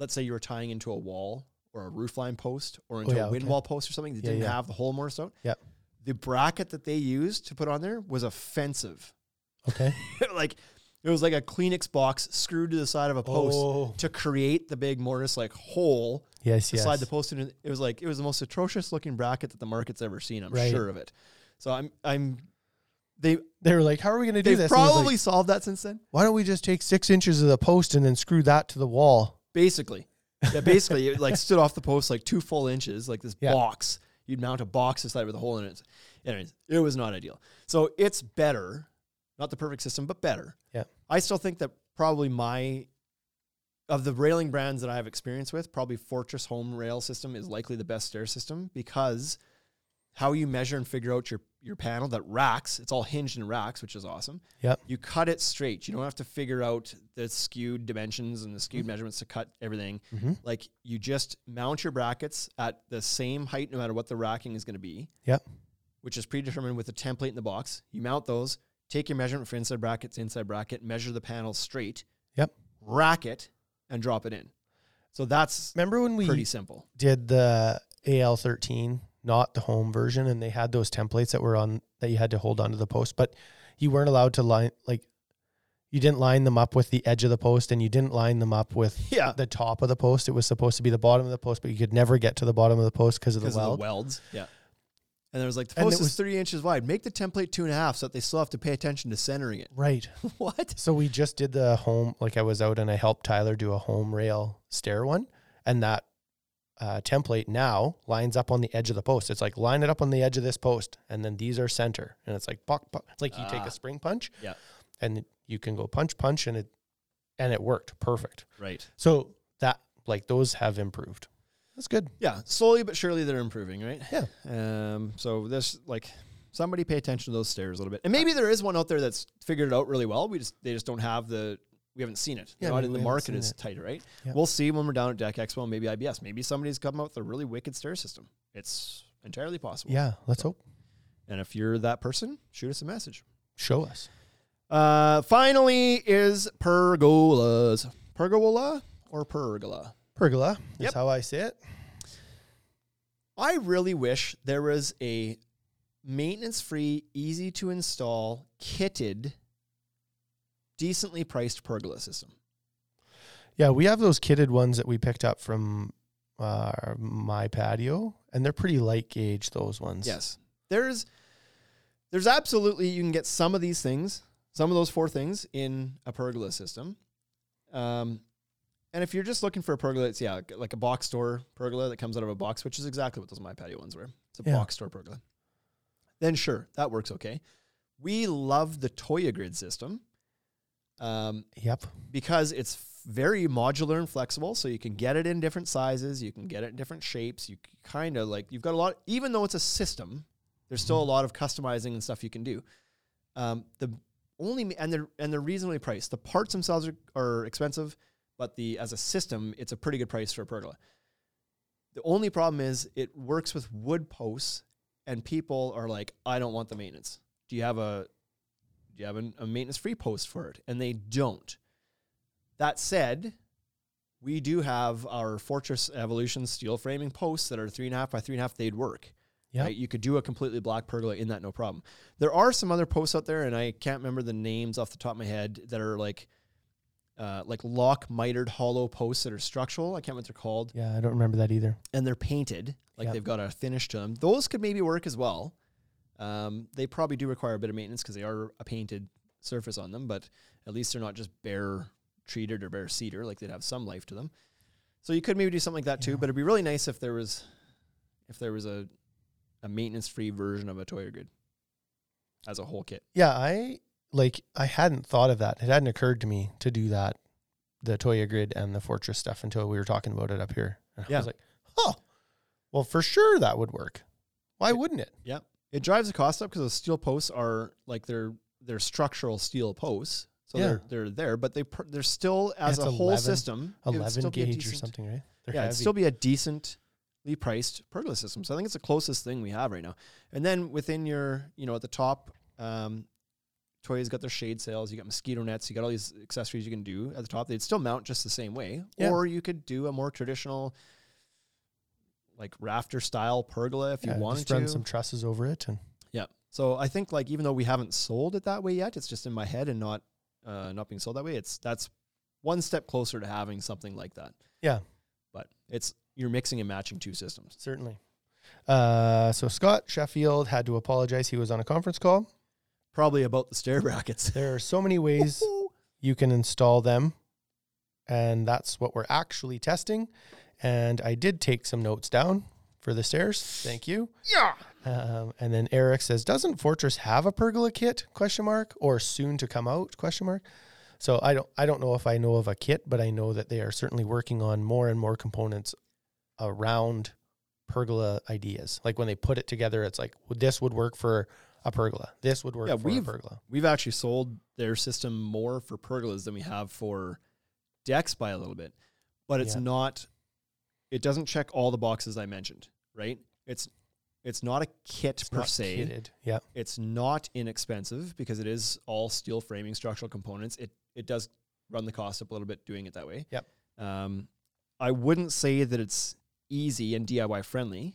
let's say you were tying into a wall or a roofline post or into
Oh, yeah,
a wind
okay.
wall post or something that
Yeah,
didn't
yeah.
have the hole mortised out.
Yep.
The bracket that they used to put on there was offensive.
Okay.
like it was like a Kleenex box screwed to the side of a post
Oh.
to create the big mortise like hole
Yes.
to
Yes.
slide the post in. and It was like it was the most atrocious looking bracket that the market's ever seen. I'm
Right.
sure of it. So I'm I'm they
they were like, "How are we going to do
they've
this?" And it was
probably
like,
solved that since then.
Why don't we just take six inches of the post and then screw that to the wall?
Basically, yeah, basically it like stood off the post like two full inches, like this
Yeah.
box. You'd mount a box inside with a hole in it. Anyways, it was not ideal. So it's better, not the perfect system, but better.
Yeah.
I still think that probably my of the railing brands that I have experience with, probably Fortress Home Rail System is likely the best stair system because how you measure and figure out your your panel that racks, it's all hinged and racks, which is awesome.
Yep.
You cut it straight. You don't have to figure out the skewed dimensions and the skewed measurements to cut everything. Like you just mount your brackets at the same height no matter what the racking is going to be
Yep.
which is predetermined with a template in the box. You mount those, take your measurement for inside brackets, inside bracket, measure the panel straight,
Yep.
rack it, and drop it in. So that's
Remember when we
pretty simple.
did the AL13, not the home version, and they had those templates that were on that you had to hold onto the post, but you weren't allowed to line like you didn't line them up with the edge of the post and you didn't line them up with
Yeah.
the top of the post. It was supposed to be the bottom of the post, but you could never get to the bottom of the post because of the
Because of
weld.
the welds. Yeah. And there was like, the
And
post
it
is
was-
three inches wide. Make the template two and a half so that they still have to pay attention to centering it.
Right.
what?
So we just did the home like I was out and I helped Tyler do a home rail stair one and that uh, template now lines up on the edge of the post. It's like line it up on the edge of this post, and then these are center, and it's like buck, buck. It's like you take
Ah.
a spring punch,
Yeah.
and you can go punch, punch, and it and it worked perfect.
Right.
So that like those have improved. That's good.
Yeah. Slowly but surely they're improving, right?
Yeah.
Um, so there's like somebody pay attention to those stairs a little bit, and maybe there is one out there that's figured it out really well. We just they just don't have the we haven't seen it.
Yeah,
not
maybe
in
we
the
haven't
market
seen
is
it.
tight, right?
Yeah.
We'll see when we're down at Deck Expo, maybe IBS. Maybe somebody's come out with a really wicked stair system. It's entirely possible.
Yeah, let's hope.
And if you're that person, shoot us a message.
Show us.
Uh, finally is pergolas, pergola or pergola.
Pergola is
Yep.
how I say it.
I really wish there was a maintenance free, easy to install, kitted, decently priced pergola system.
Yeah, we have those kitted ones that we picked up from uh, my patio, and they're pretty light gauge. Those ones.
Yes. There's there's absolutely you can get some of these things, some of those four things in a pergola system. Um and if you're just looking for a pergola, it's yeah, like- like a box store pergola that comes out of a box, which is exactly what those my patio ones were. It's a
Yeah.
box store pergola. Then sure, that works okay. We love the Toya grid system. Um,
Yep.
because it's very modular and flexible so you can get it in different sizes you can get it in different shapes you kind of like you've got a lot even though it's a system There's still a lot of customizing and stuff you can do. Um, the only ma- and they're and they're reasonably priced. The parts themselves are, are expensive, but the as a system, it's a pretty good price for a pergola. The only problem is it works with wood posts, and people are like, "I don't want the maintenance. Do you have a do you have an, a maintenance free post for it?" And they don't. That said, we do have our Fortress Evolution steel framing posts that are three and a half by three and a half. They'd work.
Yep.
You could do a completely black pergola in that, no problem. There are some other posts out there, and I can't remember the names off the top of my head that are like, uh, like lock mitered hollow posts that are structural. I can't remember what they're called
Yeah, I don't remember that either.
and they're painted like
Yep.
they've got a finish to them. Those could maybe work as well. Um, they probably do require a bit of maintenance because they are a painted surface on them, but at least they're not just bare treated or bare cedar. Like they'd have some life to them. So you could maybe do something like that too. But it'd be really nice if there was, if there was a, a maintenance free version of a Toyer grid as a whole kit.
Yeah, I like I hadn't thought of that. It hadn't occurred to me to do that, the Toya grid and the Fortress stuff until we were talking about it up here. And I
Yeah.
was like, huh. Well, for sure that would work. Why wouldn't it?
Yeah, it drives the cost up because those steel posts are like they're they're structural steel posts, so
Yeah.
they're they're there, but they pr- they're still as
it's
a whole
11
system it would
Eleven
still be a
gauge or
decent-
something, right? They're
Yeah,
heavy.
it'd still be a decently priced pergola system. So I think it's the closest thing we have right now. And then within your you know at the top, um, Toya's got their shade sales. You got mosquito nets. You got all these accessories you can do at the top. They'd still mount just the same way,
Yeah.
or you could do a more traditional. Like rafter style pergola, if
Yeah,
you wanted
just
to
run some trusses over it and
yeah. So I think like even though we haven't sold it that way yet, it's just in my head and not uh, not being sold that way. It's that's one step closer to having something like that.
Yeah.
But it's you're mixing and matching two systems.
certainly. Uh, so Scott Sheffield had to apologize. He was on a conference call.
Probably about the stair brackets.
There are so many ways you can install them. And that's what we're actually testing. And I did take some notes down for the stairs. Thank you. Yeah. Um, and then Eric says, "Doesn't Fortress have a pergola kit?" Question mark or soon to come out? Question mark. So I don't I don't know if I know of a kit, but I know that they are certainly working on more and more components around pergola ideas. Like when they put it together, it's like well, this would work for a pergola. This would work
Yeah,
for a
we've-
pergola.
We've actually sold their system more for pergolas than we have for decks by a little bit, but it's
Yeah.
not. It doesn't check all the boxes I mentioned. Right. It's it's not a kit per
Not
se.
kitted. Yeah.
It's not inexpensive because it is all steel framing structural components. It it does run the cost up a little bit doing it that way.
Yep.
Um, I wouldn't say that it's easy and DIY friendly.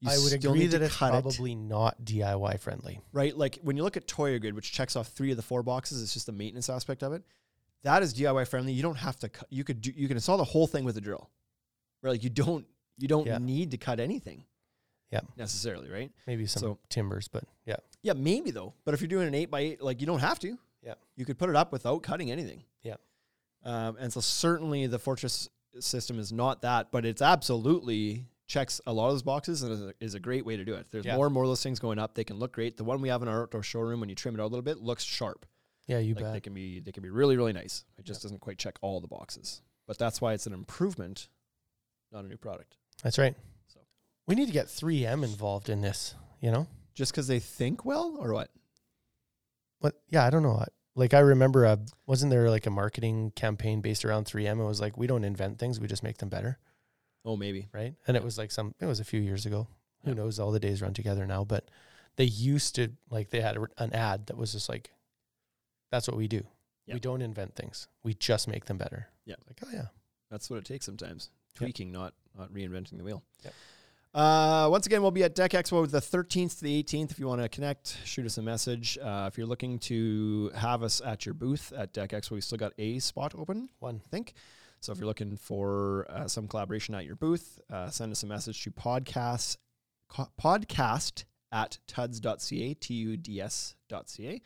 You
I would
still
agree
need to
that it's
cut it,
probably not DIY friendly.
right. Like when you look at Toyo Grid, which checks off three of the four boxes, it's just the maintenance aspect of it. That is DIY friendly. You don't have to. Cut, you could do. You can install the whole thing with a drill. Right. Like you don't. You don't
Yeah.
need to cut anything.
Yep.
Necessarily, right?
Maybe some
So-
timbers, but yeah,
Yeah, maybe though. But if you're doing an eight by eight, like you don't have to.
Yeah.
you could put it up without cutting anything.
Yeah.
um, and so certainly the fortress system is not that, but it's absolutely checks a lot of those boxes and is a, is a great way to do it. There's
Yeah.
more and more listings going up. They can look great. The one we have in our outdoor showroom, when you trim it out a little bit, looks sharp.
yeah, you
Like
bet.
they can be they can be really really nice. It just doesn't quite check all the boxes, but that's why it's an improvement, not a new product.
That's right.
So.
We need to get 3M involved in this. You know
Just because they think well or what?
what? Yeah, I don't know. I, like I remember, a, wasn't there like a marketing campaign based around 3M? It was like we don't invent things, we just make them better,
Oh, maybe.
right? And it was like some. It was a few years ago. Who
Yeah.
knows? All the days run together now, but they used to like they had a, an ad that was just like, "That's what we do.
Yeah.
We don't invent things. We just make them better."
Yeah.
Like oh yeah,
That's what it takes sometimes.
Yep.
Tweaking, not not reinventing the wheel.
Yep.
Uh, once again, we'll be at Deck Expo the 13th to the 18th. If you want to connect, shoot us a message. Uh, if you're looking to have us at your booth at Deck Expo, we still got a spot open,
one.
I think. So if you're looking for uh, some collaboration at your booth, uh, send us a message to podcast co- podcast at tuds.ca, T-U-D-S.ca.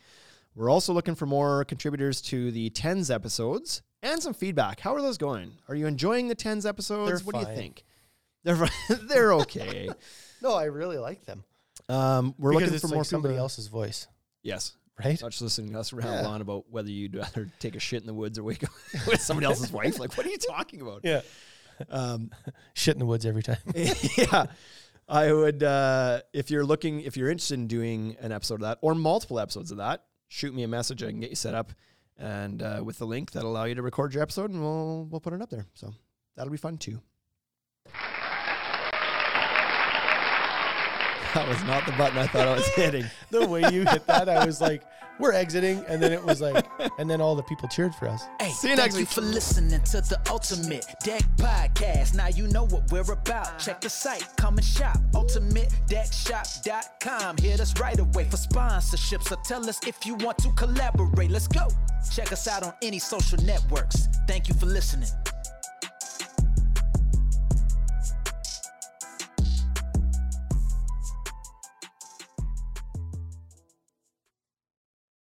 We're also looking for more contributors to the tens episodes and some feedback. How are those going? Are you enjoying the tens episodes?
They're
what do
fine.
you think? They're fi- they're okay.
No, I really like them.
Um, we're
because
looking
it's
for
like
more
somebody
people to-
else's voice,
Yes,
right?
not just listening to us ramble
Yeah.
on about whether you'd rather take a shit in the woods or wake up with somebody else's wife. Like, what are you talking about?
Yeah,
Um,
shit in the woods every time.
yeah. I would, uh, if you're looking, if you're interested in doing an episode of that or multiple episodes of that, shoot me a message. I can get you set up, and uh, with the link that'll allow you to record your episode, and we'll we'll put it up there. So that'll be fun too. That was not the button I thought I was hitting.
The way you hit that, I was like, we're exiting. And then it was like, and then all the people cheered for us.
Hey,
See you
thank
next
you
week.
for listening to the Ultimate Deck Podcast. Now you know what we're about. Check the site, come and shop. UltimateDeckShop.com. Hit us right away for sponsorships or tell us if you want to collaborate. Let's go. Check us out on any social networks. Thank you for listening.